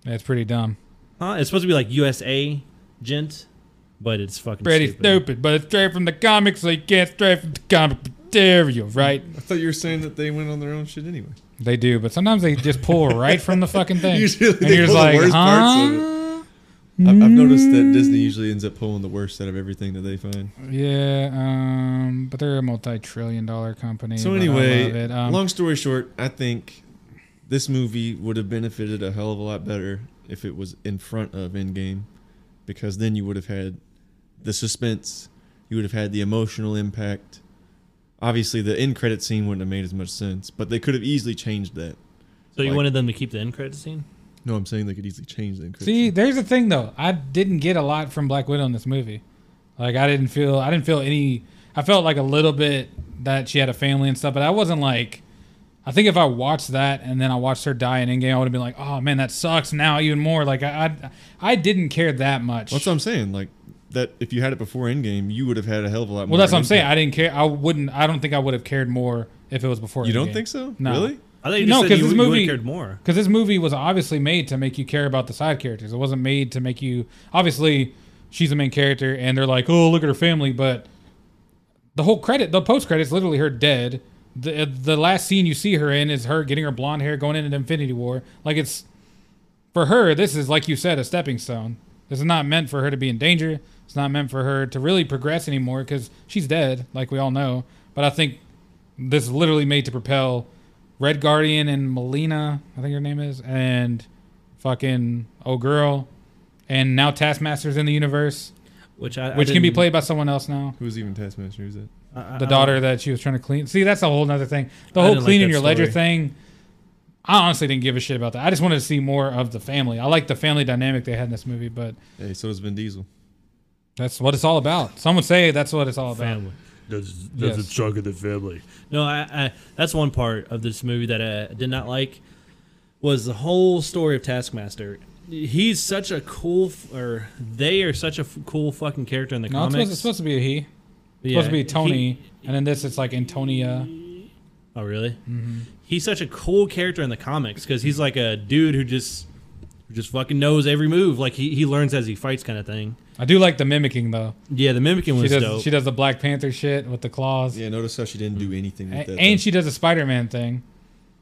[SPEAKER 3] it's pretty dumb.
[SPEAKER 2] Huh? It's supposed to be like USA Gent, but it's fucking
[SPEAKER 3] Pretty
[SPEAKER 2] stupid.
[SPEAKER 3] stupid. but it's straight from the comics, so you can't straight from the comic material, right?
[SPEAKER 1] I thought you were saying that they went on their own shit anyway.
[SPEAKER 3] They do, but sometimes they just pull right from the fucking thing.
[SPEAKER 1] Usually
[SPEAKER 3] and
[SPEAKER 1] they
[SPEAKER 3] you're just
[SPEAKER 1] pull the
[SPEAKER 3] like,
[SPEAKER 1] worst parts of
[SPEAKER 3] huh?
[SPEAKER 1] I- I've noticed that
[SPEAKER 3] Mm.
[SPEAKER 1] Disney usually ends up pulling the worst out of everything that they find.
[SPEAKER 3] Yeah, um, but they're a multi-trillion-dollar company.
[SPEAKER 1] So
[SPEAKER 3] but I
[SPEAKER 1] anyway,
[SPEAKER 3] love it. Um,
[SPEAKER 1] long story short, I think this movie would have benefited a hell of a lot better if it was in front of Endgame, because then you would have had the suspense, you would have had the emotional impact. Obviously, the end credit scene wouldn't have made as much sense, but they could have easily changed that.
[SPEAKER 2] So you
[SPEAKER 1] Like-
[SPEAKER 2] wanted them to keep the end credit scene?
[SPEAKER 1] No, I'm saying they could easily change the end credit.
[SPEAKER 3] See,
[SPEAKER 1] scene.
[SPEAKER 3] there's the thing though. I didn't get a lot from Black Widow in this movie. Like I didn't feel I didn't feel any I felt like a little bit that she had a family and stuff, but I wasn't like I think if I watched that and then I watched her die in Endgame, I would have been like, "Oh man, that sucks." Now even more. Like I, I, I didn't care that much.
[SPEAKER 1] that's what I'm saying. Like that, if you had it before Endgame, you would have had a hell of a lot more.
[SPEAKER 3] well, that's what I'm
[SPEAKER 1] impact.
[SPEAKER 3] saying. I didn't care. I wouldn't. I don't think I would have cared more if it was before.
[SPEAKER 1] You don't
[SPEAKER 3] Endgame.
[SPEAKER 1] think so?
[SPEAKER 3] No.
[SPEAKER 1] Really?
[SPEAKER 2] I thought you
[SPEAKER 3] No,
[SPEAKER 2] just
[SPEAKER 3] 'cause
[SPEAKER 2] said you,
[SPEAKER 3] this
[SPEAKER 2] you would
[SPEAKER 3] movie-
[SPEAKER 2] have cared more.
[SPEAKER 3] because this movie was obviously made to make you care about the side characters. It wasn't made to make you. Obviously, she's the main character, and they're like, "Oh, look at her family," but the whole credit, the post credits, literally her dead. The uh, the last scene you see her in is her getting her blonde hair going into Infinity War. Like it's for her, this is like you said, a stepping stone. This is not meant for her to be in danger. It's not meant for her to really progress anymore because she's dead, like we all know. But I think this is literally made to propel Red Guardian and Melina, I think her name is, and fucking old girl, and now Taskmaster's in the universe,
[SPEAKER 2] Which I I
[SPEAKER 3] which can be
[SPEAKER 2] didn't-
[SPEAKER 3] played by someone else now.
[SPEAKER 1] Who's even Taskmaster? Who's that?
[SPEAKER 2] I- I-
[SPEAKER 3] The
[SPEAKER 2] I-
[SPEAKER 3] daughter that she was trying to clean. See, that's a whole other thing. The
[SPEAKER 2] I
[SPEAKER 3] whole
[SPEAKER 2] didn't like
[SPEAKER 3] cleaning
[SPEAKER 2] that
[SPEAKER 3] your ledger
[SPEAKER 2] story.
[SPEAKER 3] thing. I honestly didn't give a shit about that. I just wanted to see more of the family. I like the family dynamic they had in this movie, but
[SPEAKER 1] Hey, so does Vin Diesel.
[SPEAKER 3] that's what it's all about. Some would say that's what it's all about.
[SPEAKER 2] family. Does
[SPEAKER 3] does Yes. it
[SPEAKER 2] shock the family? No, I, I that's one part of this movie that I did not like was the whole story of Taskmaster. He's such a cool, f- or they are such a f- cool fucking character in the
[SPEAKER 3] No, it's
[SPEAKER 2] comics.
[SPEAKER 3] supposed, it's supposed to be a he. It's
[SPEAKER 2] Yeah,
[SPEAKER 3] supposed to be Tony,
[SPEAKER 2] he-
[SPEAKER 3] and then this it's like Antonia.
[SPEAKER 2] oh, really?
[SPEAKER 3] Mm-hmm.
[SPEAKER 2] He's such a cool character in the comics because he's like a dude who just, who just fucking knows every move. Like he, he learns as he fights, kind of thing.
[SPEAKER 3] I do like the mimicking though.
[SPEAKER 2] Yeah, the mimicking
[SPEAKER 3] She
[SPEAKER 2] was
[SPEAKER 3] does
[SPEAKER 2] dope.
[SPEAKER 3] she does the Black Panther shit with the claws,
[SPEAKER 1] Yeah, notice how she didn't do anything
[SPEAKER 3] A-
[SPEAKER 1] with that.
[SPEAKER 3] and
[SPEAKER 1] though.
[SPEAKER 3] she does a Spider Man thing.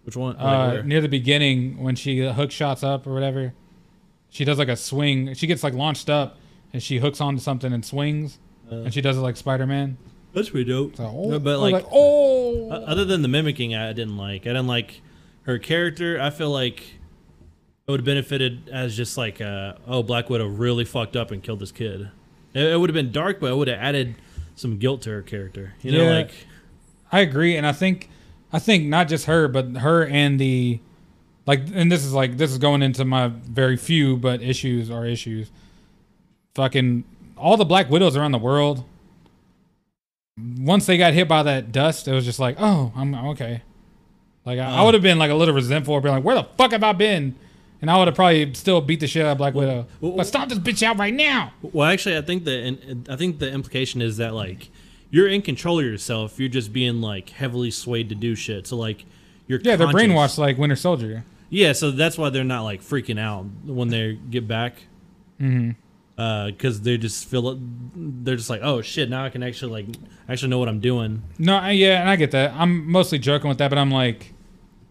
[SPEAKER 2] Which one?
[SPEAKER 3] uh,
[SPEAKER 2] where?
[SPEAKER 3] near the beginning when she hook shots up or whatever. She does like a swing. She gets like launched up and she hooks onto something and swings.
[SPEAKER 2] Uh,
[SPEAKER 3] and she does it like Spider Man.
[SPEAKER 2] that's pretty dope.
[SPEAKER 3] It's like, oh,
[SPEAKER 2] No, but
[SPEAKER 3] I'm
[SPEAKER 2] like,
[SPEAKER 3] oh,
[SPEAKER 2] o- Uh, other than the mimicking, I didn't like. I didn't like her character. I feel like it would have benefited as just like, uh, oh, Black Widow really fucked up and killed this kid. It, it would have been dark, but it would have added some guilt to her character. You know,
[SPEAKER 3] Yeah.
[SPEAKER 2] like
[SPEAKER 3] I agree, and I think, I think not just her, but her and the, like, and this is like this is going into my very few but issues are issues. Fucking all the Black Widows around the world. Once they got hit by that dust, it was just like, oh, I'm I'm okay. Like I, I
[SPEAKER 2] Uh.
[SPEAKER 3] would have been like a little resentful, being like, where the fuck have I been? And I would have probably still beat the shit out of Black Widow.
[SPEAKER 2] well, well-
[SPEAKER 3] but stop this bitch out right now.
[SPEAKER 2] Well, actually, I think the and I think the implication is that like you're in control of yourself. You're just being like heavily swayed to do shit. So like you're
[SPEAKER 3] Yeah, they're
[SPEAKER 2] conscious.
[SPEAKER 3] brainwashed like Winter Soldier.
[SPEAKER 2] Yeah, so that's why they're not like freaking out when they get back. Mm-hmm. Because they just feel they're just like, oh shit, now I can actually like actually know what I'm doing.
[SPEAKER 3] No, I, yeah, and I get that. I'm mostly joking with that, but I'm like,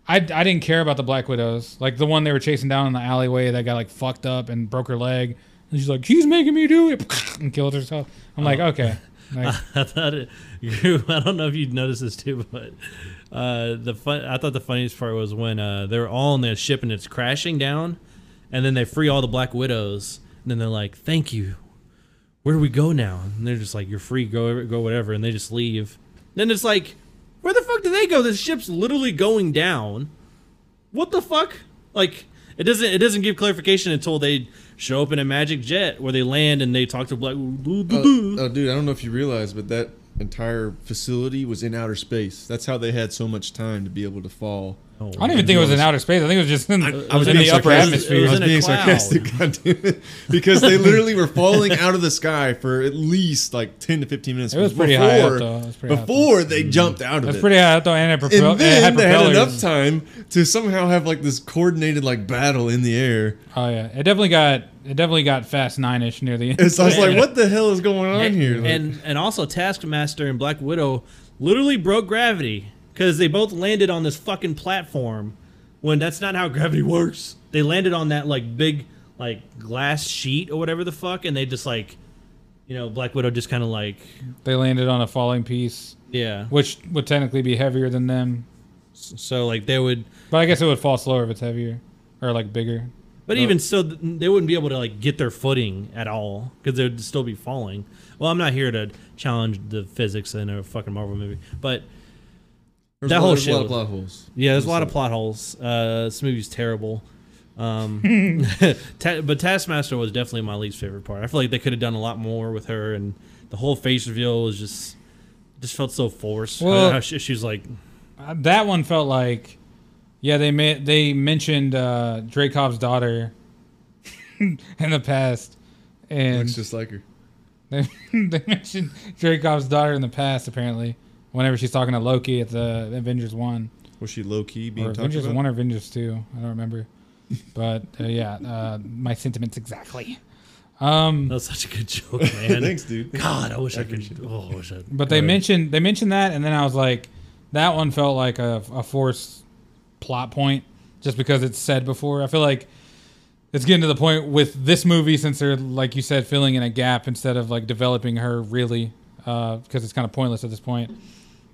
[SPEAKER 3] I, I didn't care about the Black Widows. Like the one they were chasing down in the alleyway that got like fucked up and broke her leg. And she's like, he's making me do it. And killed herself. I'm like, okay. Like,
[SPEAKER 2] I thought it, I don't know if you noticed this too, but uh, the fun I thought the funniest part was when uh, they're all on the ship and it's crashing down, and then they free all the Black Widows, and then they're like, "Thank you, where do we go now?" And they're just like, "You're free, go go whatever," and they just leave. Then it's like, where the fuck do they go? This ship's literally going down. What the fuck? Like it doesn't it doesn't give clarification until they show up in a magic jet where they land and they talk to Black.
[SPEAKER 1] Oh, oh, dude, I don't know if you realize, but that entire facility was in outer space. That's how they had so much time to be able to fall.
[SPEAKER 2] Oh,
[SPEAKER 3] I don't even think it was in outer space. I think it was just in,
[SPEAKER 2] I was
[SPEAKER 3] in
[SPEAKER 2] being
[SPEAKER 3] the upper
[SPEAKER 2] sarcastic. It
[SPEAKER 3] atmosphere.
[SPEAKER 1] I was
[SPEAKER 2] in a
[SPEAKER 1] being
[SPEAKER 2] cloud.
[SPEAKER 1] sarcastic, goddamn it. because they literally were falling out of the sky for at least like ten to fifteen minutes.
[SPEAKER 3] It was pretty high up,
[SPEAKER 1] before-
[SPEAKER 3] though. It was pretty high up.
[SPEAKER 1] before they jumped out of
[SPEAKER 3] That's
[SPEAKER 1] it.
[SPEAKER 3] pretty high up though, and it, propel-
[SPEAKER 1] and then
[SPEAKER 3] it had
[SPEAKER 1] they had
[SPEAKER 3] propellers.
[SPEAKER 1] enough time to somehow have like this coordinated like battle in the air.
[SPEAKER 3] oh yeah, it definitely got it definitely got fast nine ish near the end.
[SPEAKER 1] And so I was like, "What the hell is going on here?" Like,
[SPEAKER 2] and and also Taskmaster and Black Widow literally broke gravity because they both landed on this fucking platform when that's not how gravity works. They landed on that like big like glass sheet or whatever the fuck, and they just like, you know, Black Widow just kind of like
[SPEAKER 3] They landed on a falling piece,
[SPEAKER 2] yeah.
[SPEAKER 3] which would technically be heavier than them,
[SPEAKER 2] So like they would,
[SPEAKER 3] but I guess it would fall slower if it's heavier or like bigger.
[SPEAKER 1] Oh.
[SPEAKER 2] but even so, th- they wouldn't be able to like get their footing at all because they'd still be falling. Well, I'm not here to challenge the physics in a fucking Marvel movie, but
[SPEAKER 1] there's
[SPEAKER 2] that
[SPEAKER 1] a lot-
[SPEAKER 2] whole
[SPEAKER 1] there's a lot
[SPEAKER 2] shit
[SPEAKER 1] of plot holes.
[SPEAKER 2] Yeah, there's a lot of plot holes. Uh, this movie's terrible. Um, Ta- but Taskmaster was definitely my least favorite part. I feel like they could have done a lot more with her, and the whole face reveal was just just felt so forced.
[SPEAKER 3] Well-
[SPEAKER 2] How she, she was like,
[SPEAKER 3] Uh, that one felt like yeah they ma- they mentioned uh Dracov's daughter in the past and
[SPEAKER 1] Looks just like her.
[SPEAKER 3] they, they mentioned Dracov's daughter in the past apparently whenever she's talking to Loki at the Avengers 1
[SPEAKER 1] Was she low key
[SPEAKER 3] or
[SPEAKER 1] being talked
[SPEAKER 3] Avengers
[SPEAKER 1] about?
[SPEAKER 3] 1 or Avengers 2 I don't remember but uh, yeah uh, my sentiments exactly um
[SPEAKER 2] "That was such a good joke, man."
[SPEAKER 1] Thanks, dude.
[SPEAKER 2] God, I wish I could. Oh, I wish I.
[SPEAKER 3] But they
[SPEAKER 2] could.
[SPEAKER 3] mentioned they mentioned that, and then I was like, that one felt like a, a forced plot point just because it's said before. I feel like it's getting to the point with this movie since they're like you said filling in a gap instead of like developing her really because it's kind of pointless at this point.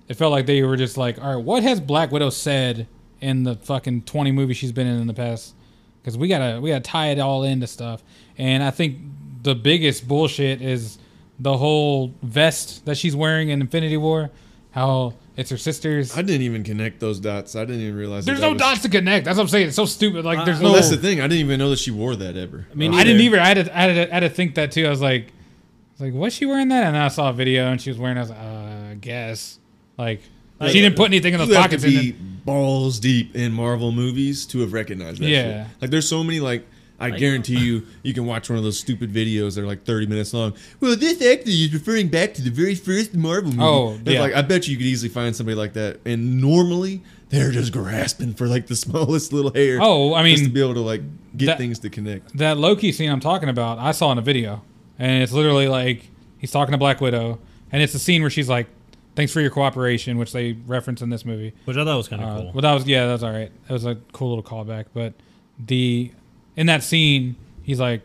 [SPEAKER 3] It felt like they were just like, all right, what has Black Widow said in the fucking twenty movies she's been in in the past? Because we gotta we gotta tie it all into stuff. And I think the biggest bullshit is the whole vest that she's wearing in Infinity War. How it's her sister's.
[SPEAKER 1] I didn't even connect those dots. I didn't even realize. that
[SPEAKER 3] there's
[SPEAKER 1] that
[SPEAKER 3] no
[SPEAKER 1] was-
[SPEAKER 3] dots to connect. That's what I'm saying. It's so stupid. Like there's
[SPEAKER 2] Uh,
[SPEAKER 1] Well,
[SPEAKER 3] no.
[SPEAKER 1] that's the thing. I didn't even know that she wore that ever.
[SPEAKER 2] mean,
[SPEAKER 1] Uh,
[SPEAKER 3] I didn't
[SPEAKER 2] either.
[SPEAKER 3] either. I had to, I had to, I had to think that too. I was like, I was like, was she wearing that? And then I saw a video and she was wearing. it. I was like, uh, I guess. Like
[SPEAKER 2] Like,
[SPEAKER 3] she didn't put anything in those
[SPEAKER 1] you have to
[SPEAKER 3] pockets. in
[SPEAKER 1] be
[SPEAKER 3] it.
[SPEAKER 1] balls deep in Marvel movies to have recognized that.
[SPEAKER 3] Yeah.
[SPEAKER 1] shit. like there's so many like. I guarantee you, you can watch one of those stupid videos that are like 30 minutes long. Well, this actor is referring back to the very first Marvel movie.
[SPEAKER 3] Oh,
[SPEAKER 1] It's
[SPEAKER 3] yeah.
[SPEAKER 1] Like, I bet you could easily find somebody like that. And normally, they're just grasping for like the smallest little hair.
[SPEAKER 3] Oh, I
[SPEAKER 1] just to
[SPEAKER 3] mean,
[SPEAKER 1] be able to like get
[SPEAKER 3] that-
[SPEAKER 1] things to connect.
[SPEAKER 3] that Loki scene I'm talking about, I saw in a video, and it's literally like he's talking to Black Widow, and it's the scene where she's like, "Thanks for your cooperation," which they reference in this movie.
[SPEAKER 2] which I thought was kind of
[SPEAKER 3] Uh,
[SPEAKER 2] cool.
[SPEAKER 3] Well, that was yeah, that was all right. That was a cool little callback. But the in that scene, he's like,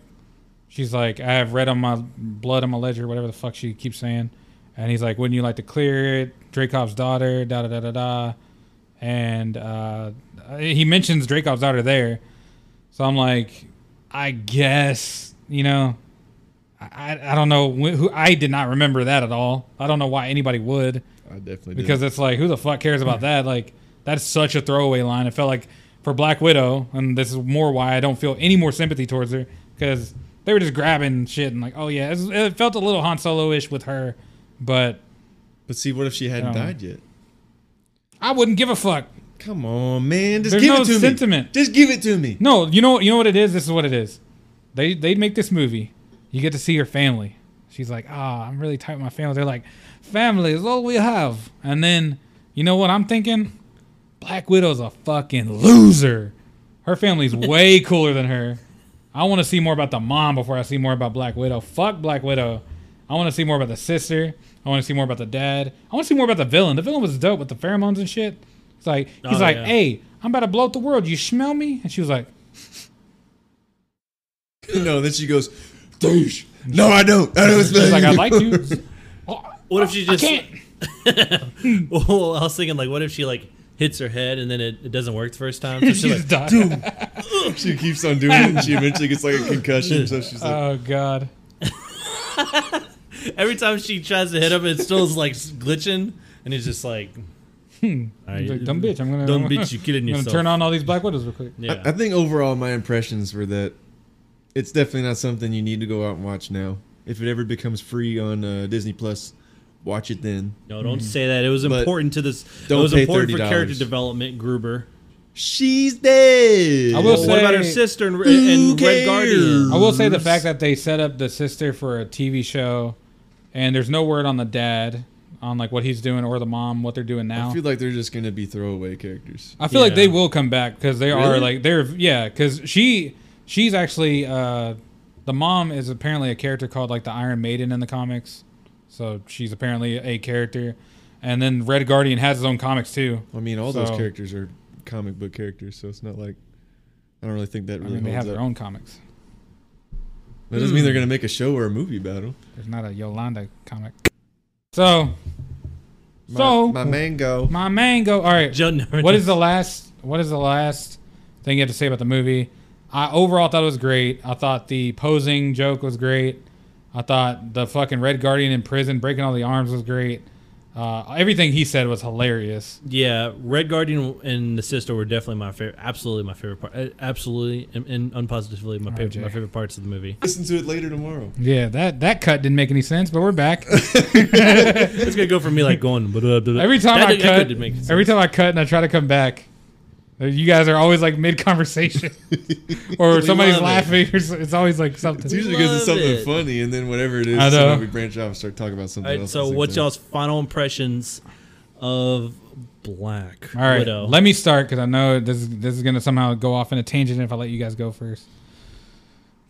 [SPEAKER 3] She's like, I have red on my blood on my ledger, whatever the fuck she keeps saying. And he's like, Wouldn't you like to clear it? Dracov's daughter, da da da da da. And uh, he mentions Dracov's daughter there. So I'm like, I guess, you know, I, I- I don't know wh- who I did not remember that at all. I don't know why anybody would
[SPEAKER 1] I definitely did.
[SPEAKER 3] because it's like who the fuck cares about that like that's such a throwaway line it felt like for black widow and this is more why i don't feel any more sympathy towards her because they were just grabbing shit and like oh yeah it, it felt a little han solo-ish with her but
[SPEAKER 1] but see, what if she hadn't
[SPEAKER 3] Um,
[SPEAKER 1] died yet?
[SPEAKER 3] i wouldn't give a fuck
[SPEAKER 1] Come on, man. Just
[SPEAKER 3] There's
[SPEAKER 1] give
[SPEAKER 3] no
[SPEAKER 1] it to me.
[SPEAKER 3] sentiment.
[SPEAKER 1] Just give it to me.
[SPEAKER 3] no you know you know what it is this is what it is they they make this movie you get to see her family she's like ah i'm really tight with my family they're like family is all we have and then you know what i'm thinking Black Widow's a fucking loser. Her family's way cooler than her. I want to see more about the mom before I see more about Black Widow. Fuck Black Widow. I want to see more about the sister. I want to see more about the dad. I want to see more about the villain. The villain was dope with the pheromones and shit. It's like he's
[SPEAKER 2] Oh,
[SPEAKER 3] like,
[SPEAKER 2] yeah.
[SPEAKER 3] "Hey, I'm about to blow up the world. You smell me?" And she was like,
[SPEAKER 1] No, then she goes, Douche. No, I don't. I don't
[SPEAKER 3] "She's
[SPEAKER 1] smell
[SPEAKER 3] like,
[SPEAKER 1] you."
[SPEAKER 3] I'd like to." Oh,
[SPEAKER 2] What if she
[SPEAKER 3] I
[SPEAKER 2] just?
[SPEAKER 3] can't.
[SPEAKER 2] well, I was thinking like, what if she like hits her head and then it, it doesn't work the first time? So she's
[SPEAKER 3] She
[SPEAKER 2] like,
[SPEAKER 3] just died.
[SPEAKER 1] She keeps on doing it, and she eventually gets like a concussion. So she's like,
[SPEAKER 3] Oh god.
[SPEAKER 2] Every time she tries to hit him, it still is like glitching, and he's just like, All right,
[SPEAKER 3] Hmm. He's like, dumb bitch. I'm gonna.
[SPEAKER 2] dumb bitch, you killing
[SPEAKER 3] I'm gonna
[SPEAKER 2] yourself.
[SPEAKER 3] turn on all these Black Widows real quick.
[SPEAKER 2] Yeah,
[SPEAKER 1] I, I think overall my impressions were that it's definitely not something you need to go out and watch now. If it ever becomes free on uh, Disney Plus, watch it then.
[SPEAKER 2] no, don't say that. It was
[SPEAKER 1] But
[SPEAKER 2] important to this.
[SPEAKER 1] don't
[SPEAKER 2] it was
[SPEAKER 1] pay
[SPEAKER 2] important for
[SPEAKER 1] $30.
[SPEAKER 2] character development, Gruber.
[SPEAKER 1] She's dead.
[SPEAKER 3] I will
[SPEAKER 2] Well, what about her
[SPEAKER 3] say-
[SPEAKER 2] sister and, and Red
[SPEAKER 1] cares?
[SPEAKER 2] Guardian?
[SPEAKER 3] I will say the fact that they set up the sister for a TV show, and there's no word on the dad, on like what he's doing or the mom, what they're doing now. Uh,
[SPEAKER 1] I feel like they're just gonna be throwaway characters.
[SPEAKER 3] like they
[SPEAKER 2] Yeah.
[SPEAKER 3] will come back because they are
[SPEAKER 1] Really?
[SPEAKER 3] like they're yeah because she she's actually uh, the mom is apparently a character called like the Iron Maiden in the comics, so she's apparently a character, and then Red Guardian has his own comics too.
[SPEAKER 1] I mean, all those
[SPEAKER 3] So-
[SPEAKER 1] characters are comic book characters, so it's not like I don't really think that
[SPEAKER 3] I
[SPEAKER 1] really
[SPEAKER 3] mean, they have
[SPEAKER 1] holds
[SPEAKER 3] their
[SPEAKER 1] up.
[SPEAKER 3] own Hmm. comics.
[SPEAKER 1] That doesn't mean they're gonna make a show or a movie about them.
[SPEAKER 3] There's not a Yolanda comic. So, so
[SPEAKER 1] my mango.
[SPEAKER 3] my mango. All right,
[SPEAKER 2] Joe never
[SPEAKER 3] what
[SPEAKER 2] does.
[SPEAKER 3] is the last what is the last thing you have to say about the movie i overall thought it was great i thought the posing joke was great i thought the fucking red guardian in prison breaking all the arms was great uh, everything he said was hilarious
[SPEAKER 2] Yeah, Red Guardian and the sister were definitely my favorite, absolutely my favorite part, uh, absolutely and, and unpositively my, favorite,
[SPEAKER 3] Jay.
[SPEAKER 2] my favorite parts of the movie.
[SPEAKER 1] Listen to it later tomorrow.
[SPEAKER 3] yeah that that cut didn't make any sense but we're back
[SPEAKER 2] It's gonna go for me like going blah, blah, blah.
[SPEAKER 3] every time
[SPEAKER 2] That
[SPEAKER 3] i
[SPEAKER 2] did- that
[SPEAKER 3] cut
[SPEAKER 2] did make sense.
[SPEAKER 3] every time i cut and i try to come back uh, you guys are always like mid conversation or
[SPEAKER 2] We
[SPEAKER 3] somebody's
[SPEAKER 2] love it.
[SPEAKER 3] laughing or so, it's always like
[SPEAKER 1] It's
[SPEAKER 3] something
[SPEAKER 1] usually because it's
[SPEAKER 2] Love
[SPEAKER 1] something
[SPEAKER 2] it.
[SPEAKER 1] funny, and then whatever it is,
[SPEAKER 3] I
[SPEAKER 1] so
[SPEAKER 3] know.
[SPEAKER 1] we branch off and start talking about something
[SPEAKER 2] All right,
[SPEAKER 1] else.
[SPEAKER 2] so
[SPEAKER 1] at the
[SPEAKER 2] what's
[SPEAKER 1] same time.
[SPEAKER 2] y'all's final impressions of Black
[SPEAKER 3] All right,
[SPEAKER 2] Widow?
[SPEAKER 3] let me start because I know this is, this is gonna somehow go off in a tangent if I let you guys go first.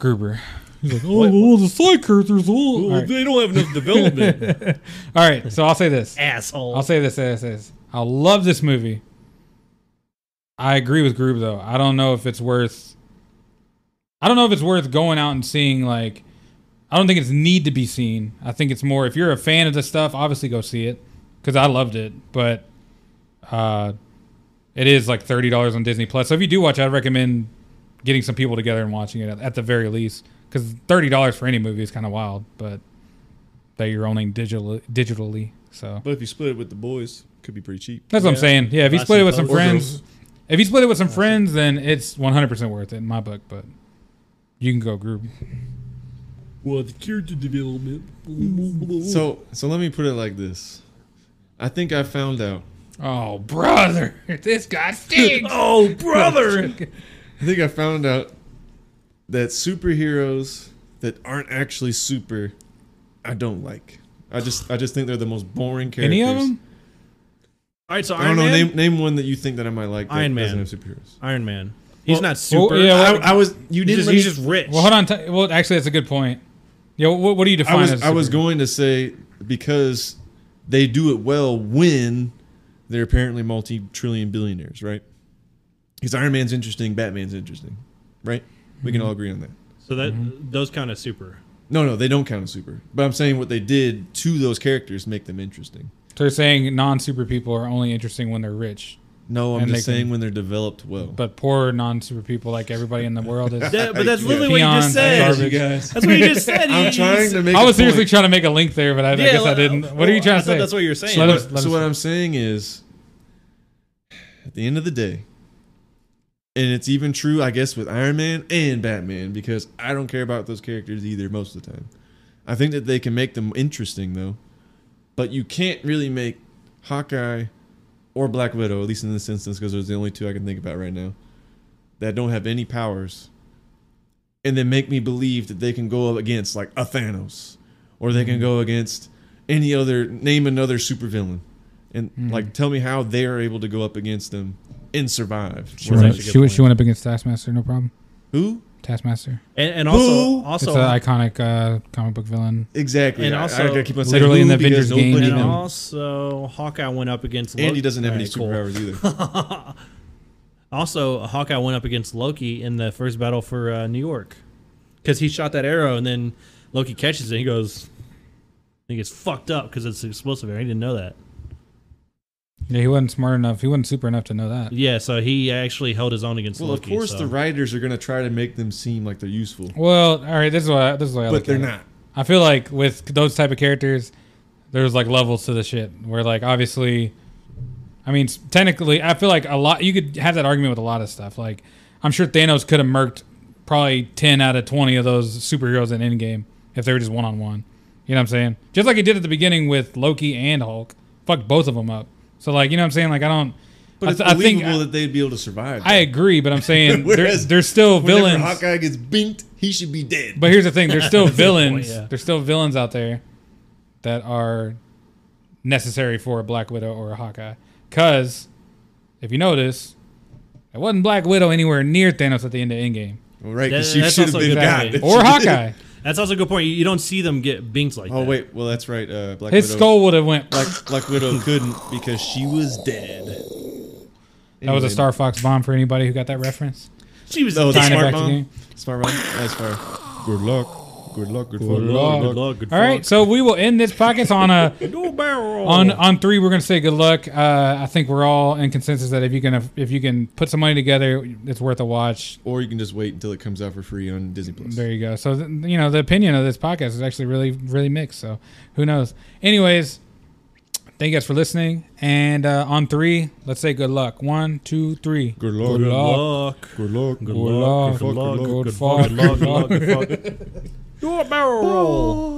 [SPEAKER 3] Gruber. He's like, oh, well, the side characters, all. All right.
[SPEAKER 2] They don't have enough development,
[SPEAKER 3] all right, so I'll say this.
[SPEAKER 2] asshole.
[SPEAKER 3] I'll say this. Say this. Say this. I love this movie. I agree with Gruber though. I don't know if it's worth. I don't know if it's worth going out and seeing like. I don't think it's need to be seen. I think it's more if you're a fan of this stuff, obviously go see it because I loved it. But uh, it is like thirty dollars on Disney Plus. So if you do watch, it, I'd recommend getting some people together and watching it at, at the very least because thirty dollars for any movie is kind of wild. But that you're owning digital digitally, so
[SPEAKER 1] But if you split it with the boys, it could be pretty cheap.
[SPEAKER 3] that's what I'm
[SPEAKER 2] Yeah.
[SPEAKER 3] saying. Yeah, if you
[SPEAKER 2] Buy
[SPEAKER 3] split
[SPEAKER 2] some
[SPEAKER 3] it with some
[SPEAKER 2] Or
[SPEAKER 3] friends, if you split it with some friends, then it's 100% worth it in my book. But you can go group.
[SPEAKER 2] Well, the character development.
[SPEAKER 1] So, so let me put it like this. I think I found out.
[SPEAKER 3] Oh, brother, this guy stinks.
[SPEAKER 2] oh, brother!
[SPEAKER 1] I think I found out that superheroes that aren't actually super, I don't like. I just, I just think they're the most boring characters.
[SPEAKER 3] Any of them?
[SPEAKER 2] All right, so
[SPEAKER 1] I don't
[SPEAKER 2] Iron
[SPEAKER 1] know.
[SPEAKER 2] Man.
[SPEAKER 1] Name, name one that you think that I might like. That
[SPEAKER 2] Iron
[SPEAKER 1] doesn't
[SPEAKER 2] Man.
[SPEAKER 1] have superheroes.
[SPEAKER 2] Iron Man. He's
[SPEAKER 3] Well-
[SPEAKER 2] not super.
[SPEAKER 3] well, yeah, well,
[SPEAKER 1] I, I was. You
[SPEAKER 2] he's,
[SPEAKER 1] didn't.
[SPEAKER 2] just,
[SPEAKER 1] let
[SPEAKER 2] he's
[SPEAKER 1] me-
[SPEAKER 2] just rich.
[SPEAKER 3] Well, hold on. T- well, actually, that's a good point. Yo, what, what do you define
[SPEAKER 1] I was.
[SPEAKER 3] as?
[SPEAKER 1] I was
[SPEAKER 3] superhero?
[SPEAKER 1] going to say because they do it well when they're apparently multi-trillion
[SPEAKER 3] Mm-hmm.
[SPEAKER 1] billionaires, right? Because Iron Man's interesting, Batman's interesting, right? We can all agree on that.
[SPEAKER 2] So that those kind of super.
[SPEAKER 1] No, no, they don't count as super. But I'm saying what they did to those characters make them interesting.
[SPEAKER 3] So you're saying non-super people are only interesting when they're rich,
[SPEAKER 1] No, I'm
[SPEAKER 3] And
[SPEAKER 1] just
[SPEAKER 3] they can-
[SPEAKER 1] saying when they're developed well.
[SPEAKER 3] but poor non-super people, like everybody in the world, is.
[SPEAKER 2] That- but that's
[SPEAKER 1] Yeah.
[SPEAKER 2] literally what you just
[SPEAKER 3] Peons,
[SPEAKER 2] said.
[SPEAKER 3] garbage.
[SPEAKER 1] you guys.
[SPEAKER 2] That's what you just said. You-
[SPEAKER 1] I'm trying to make.
[SPEAKER 3] I
[SPEAKER 1] a
[SPEAKER 3] was seriously
[SPEAKER 1] point.
[SPEAKER 3] trying to make a link there, but I, I
[SPEAKER 2] Yeah,
[SPEAKER 3] guess I
[SPEAKER 2] well,
[SPEAKER 3] didn't.
[SPEAKER 2] well,
[SPEAKER 3] What are you trying
[SPEAKER 2] I
[SPEAKER 3] to
[SPEAKER 2] thought
[SPEAKER 3] say?
[SPEAKER 2] That's what you're saying.
[SPEAKER 3] Let us-
[SPEAKER 1] But- so what I'm saying is, at the end of the day, and it's even true, I guess, with Iron Man and Batman because I don't care about those characters either most of the time. I think that they can make them interesting though, but you can't really make Hawkeye or Black Widow, at least in this instance, because there's the only two I can think about right now that don't have any powers, and then make me believe that they can go up against like a Thanos, or they
[SPEAKER 3] Mm-hmm.
[SPEAKER 1] can go against any other name another supervillain, and
[SPEAKER 3] Mm-hmm.
[SPEAKER 1] like tell me how they are able to go up against them and survive.
[SPEAKER 2] She was
[SPEAKER 1] Whereas-
[SPEAKER 2] actually a good
[SPEAKER 3] she, went- she
[SPEAKER 2] point.
[SPEAKER 3] went up against Taskmaster, no problem.
[SPEAKER 1] Who
[SPEAKER 3] Taskmaster.
[SPEAKER 2] and, and also,
[SPEAKER 1] Boo!
[SPEAKER 2] also, um,
[SPEAKER 3] it's an iconic uh, comic book villain.
[SPEAKER 1] exactly?
[SPEAKER 2] And
[SPEAKER 1] I- I
[SPEAKER 2] also-
[SPEAKER 1] gotta keep on saying
[SPEAKER 3] Literally
[SPEAKER 1] who
[SPEAKER 3] in the
[SPEAKER 1] because
[SPEAKER 3] Avengers game,
[SPEAKER 1] nobody
[SPEAKER 2] and
[SPEAKER 3] you know.
[SPEAKER 1] knows.
[SPEAKER 2] also, Hawkeye went up against.
[SPEAKER 1] And he doesn't have any
[SPEAKER 2] Alright, cool.
[SPEAKER 1] superpowers either.
[SPEAKER 2] Also, Hawkeye went up against Loki in the first battle for uh, New York because he shot that arrow and then Loki catches it. And he goes, he gets fucked up because it's explosive arrow. He didn't know that.
[SPEAKER 3] Yeah, he wasn't smart enough. He wasn't super enough to know that.
[SPEAKER 2] Yeah, so he actually held his own against
[SPEAKER 1] Well,
[SPEAKER 2] Loki.
[SPEAKER 1] of course,
[SPEAKER 2] so.
[SPEAKER 1] the writers are gonna try to make them seem like they're useful,
[SPEAKER 3] Well, all right. This is why. This is why. I look
[SPEAKER 1] but they're
[SPEAKER 3] at it.
[SPEAKER 1] not.
[SPEAKER 3] I feel like with those type of characters, there's like levels to the shit. Where like obviously, I mean, s- technically, I feel like a lot. You could have that argument with a lot of stuff. Like I'm sure Thanos could have murked probably ten out of twenty of those superheroes in Endgame if they were just one on one. You know what I'm saying? Just like he did at the beginning with Loki and Hulk, fucked both of them up. So like, you know what I'm saying? Like I don't.
[SPEAKER 1] But
[SPEAKER 3] I,
[SPEAKER 1] it's
[SPEAKER 3] th- I think
[SPEAKER 1] believable
[SPEAKER 3] I,
[SPEAKER 1] that they'd be able to survive.
[SPEAKER 3] I agree, but I'm saying there's
[SPEAKER 1] Whereas
[SPEAKER 3] there's still
[SPEAKER 1] Whenever
[SPEAKER 3] villains.
[SPEAKER 1] Hawkeye gets binked, he should be dead.
[SPEAKER 3] But here's the thing: there's still villains.
[SPEAKER 2] yeah.
[SPEAKER 3] There's still villains out there that are necessary for a Black Widow or a Hawkeye. Cause if you notice, it wasn't Black Widow anywhere near Thanos at the end of Endgame
[SPEAKER 1] Well, right,
[SPEAKER 2] That-
[SPEAKER 1] because she
[SPEAKER 2] that's
[SPEAKER 1] should have
[SPEAKER 2] also
[SPEAKER 1] been
[SPEAKER 2] exactly.
[SPEAKER 1] God.
[SPEAKER 3] or Hawkeye.
[SPEAKER 2] That's also a good point. You, you don't see them get binked like
[SPEAKER 1] Oh
[SPEAKER 2] that.
[SPEAKER 1] wait, well that's right. Uh, Black
[SPEAKER 3] His
[SPEAKER 1] Widow.
[SPEAKER 3] skull would have went.
[SPEAKER 1] Black, Black Widow couldn't because she was dead.
[SPEAKER 3] that was
[SPEAKER 1] Anyway,
[SPEAKER 3] a Star Fox bomb for anybody who got that reference.
[SPEAKER 2] She was
[SPEAKER 1] Oh, the
[SPEAKER 3] Tying it
[SPEAKER 1] smart
[SPEAKER 3] back to
[SPEAKER 1] bomb.
[SPEAKER 3] game.
[SPEAKER 1] Smart bomb. That's fire. Good luck. Good luck. Good,
[SPEAKER 3] luck.
[SPEAKER 2] good luck. Good
[SPEAKER 3] All right, so we will end this podcast on a
[SPEAKER 2] Go barrel.
[SPEAKER 3] on on three. We're gonna say good luck. Uh, I think we're all in consensus that if you can if you can put some money together, it's worth a watch.
[SPEAKER 1] Or you can just wait until it comes out for free on Disney Plus.
[SPEAKER 3] There you go. So th- you know the opinion of this podcast is actually really really mixed. So who knows? Anyways, thank you guys for listening. And uh, on three, let's say good luck. One, two, three.
[SPEAKER 1] Good luck.
[SPEAKER 3] Good
[SPEAKER 2] good
[SPEAKER 3] luck.
[SPEAKER 2] luck.
[SPEAKER 1] Good luck.
[SPEAKER 2] Good luck.
[SPEAKER 3] luck.
[SPEAKER 2] Good luck.
[SPEAKER 3] Good
[SPEAKER 2] Good
[SPEAKER 3] luck.
[SPEAKER 2] luck. Good luck. Good luck. Do a barrel roll.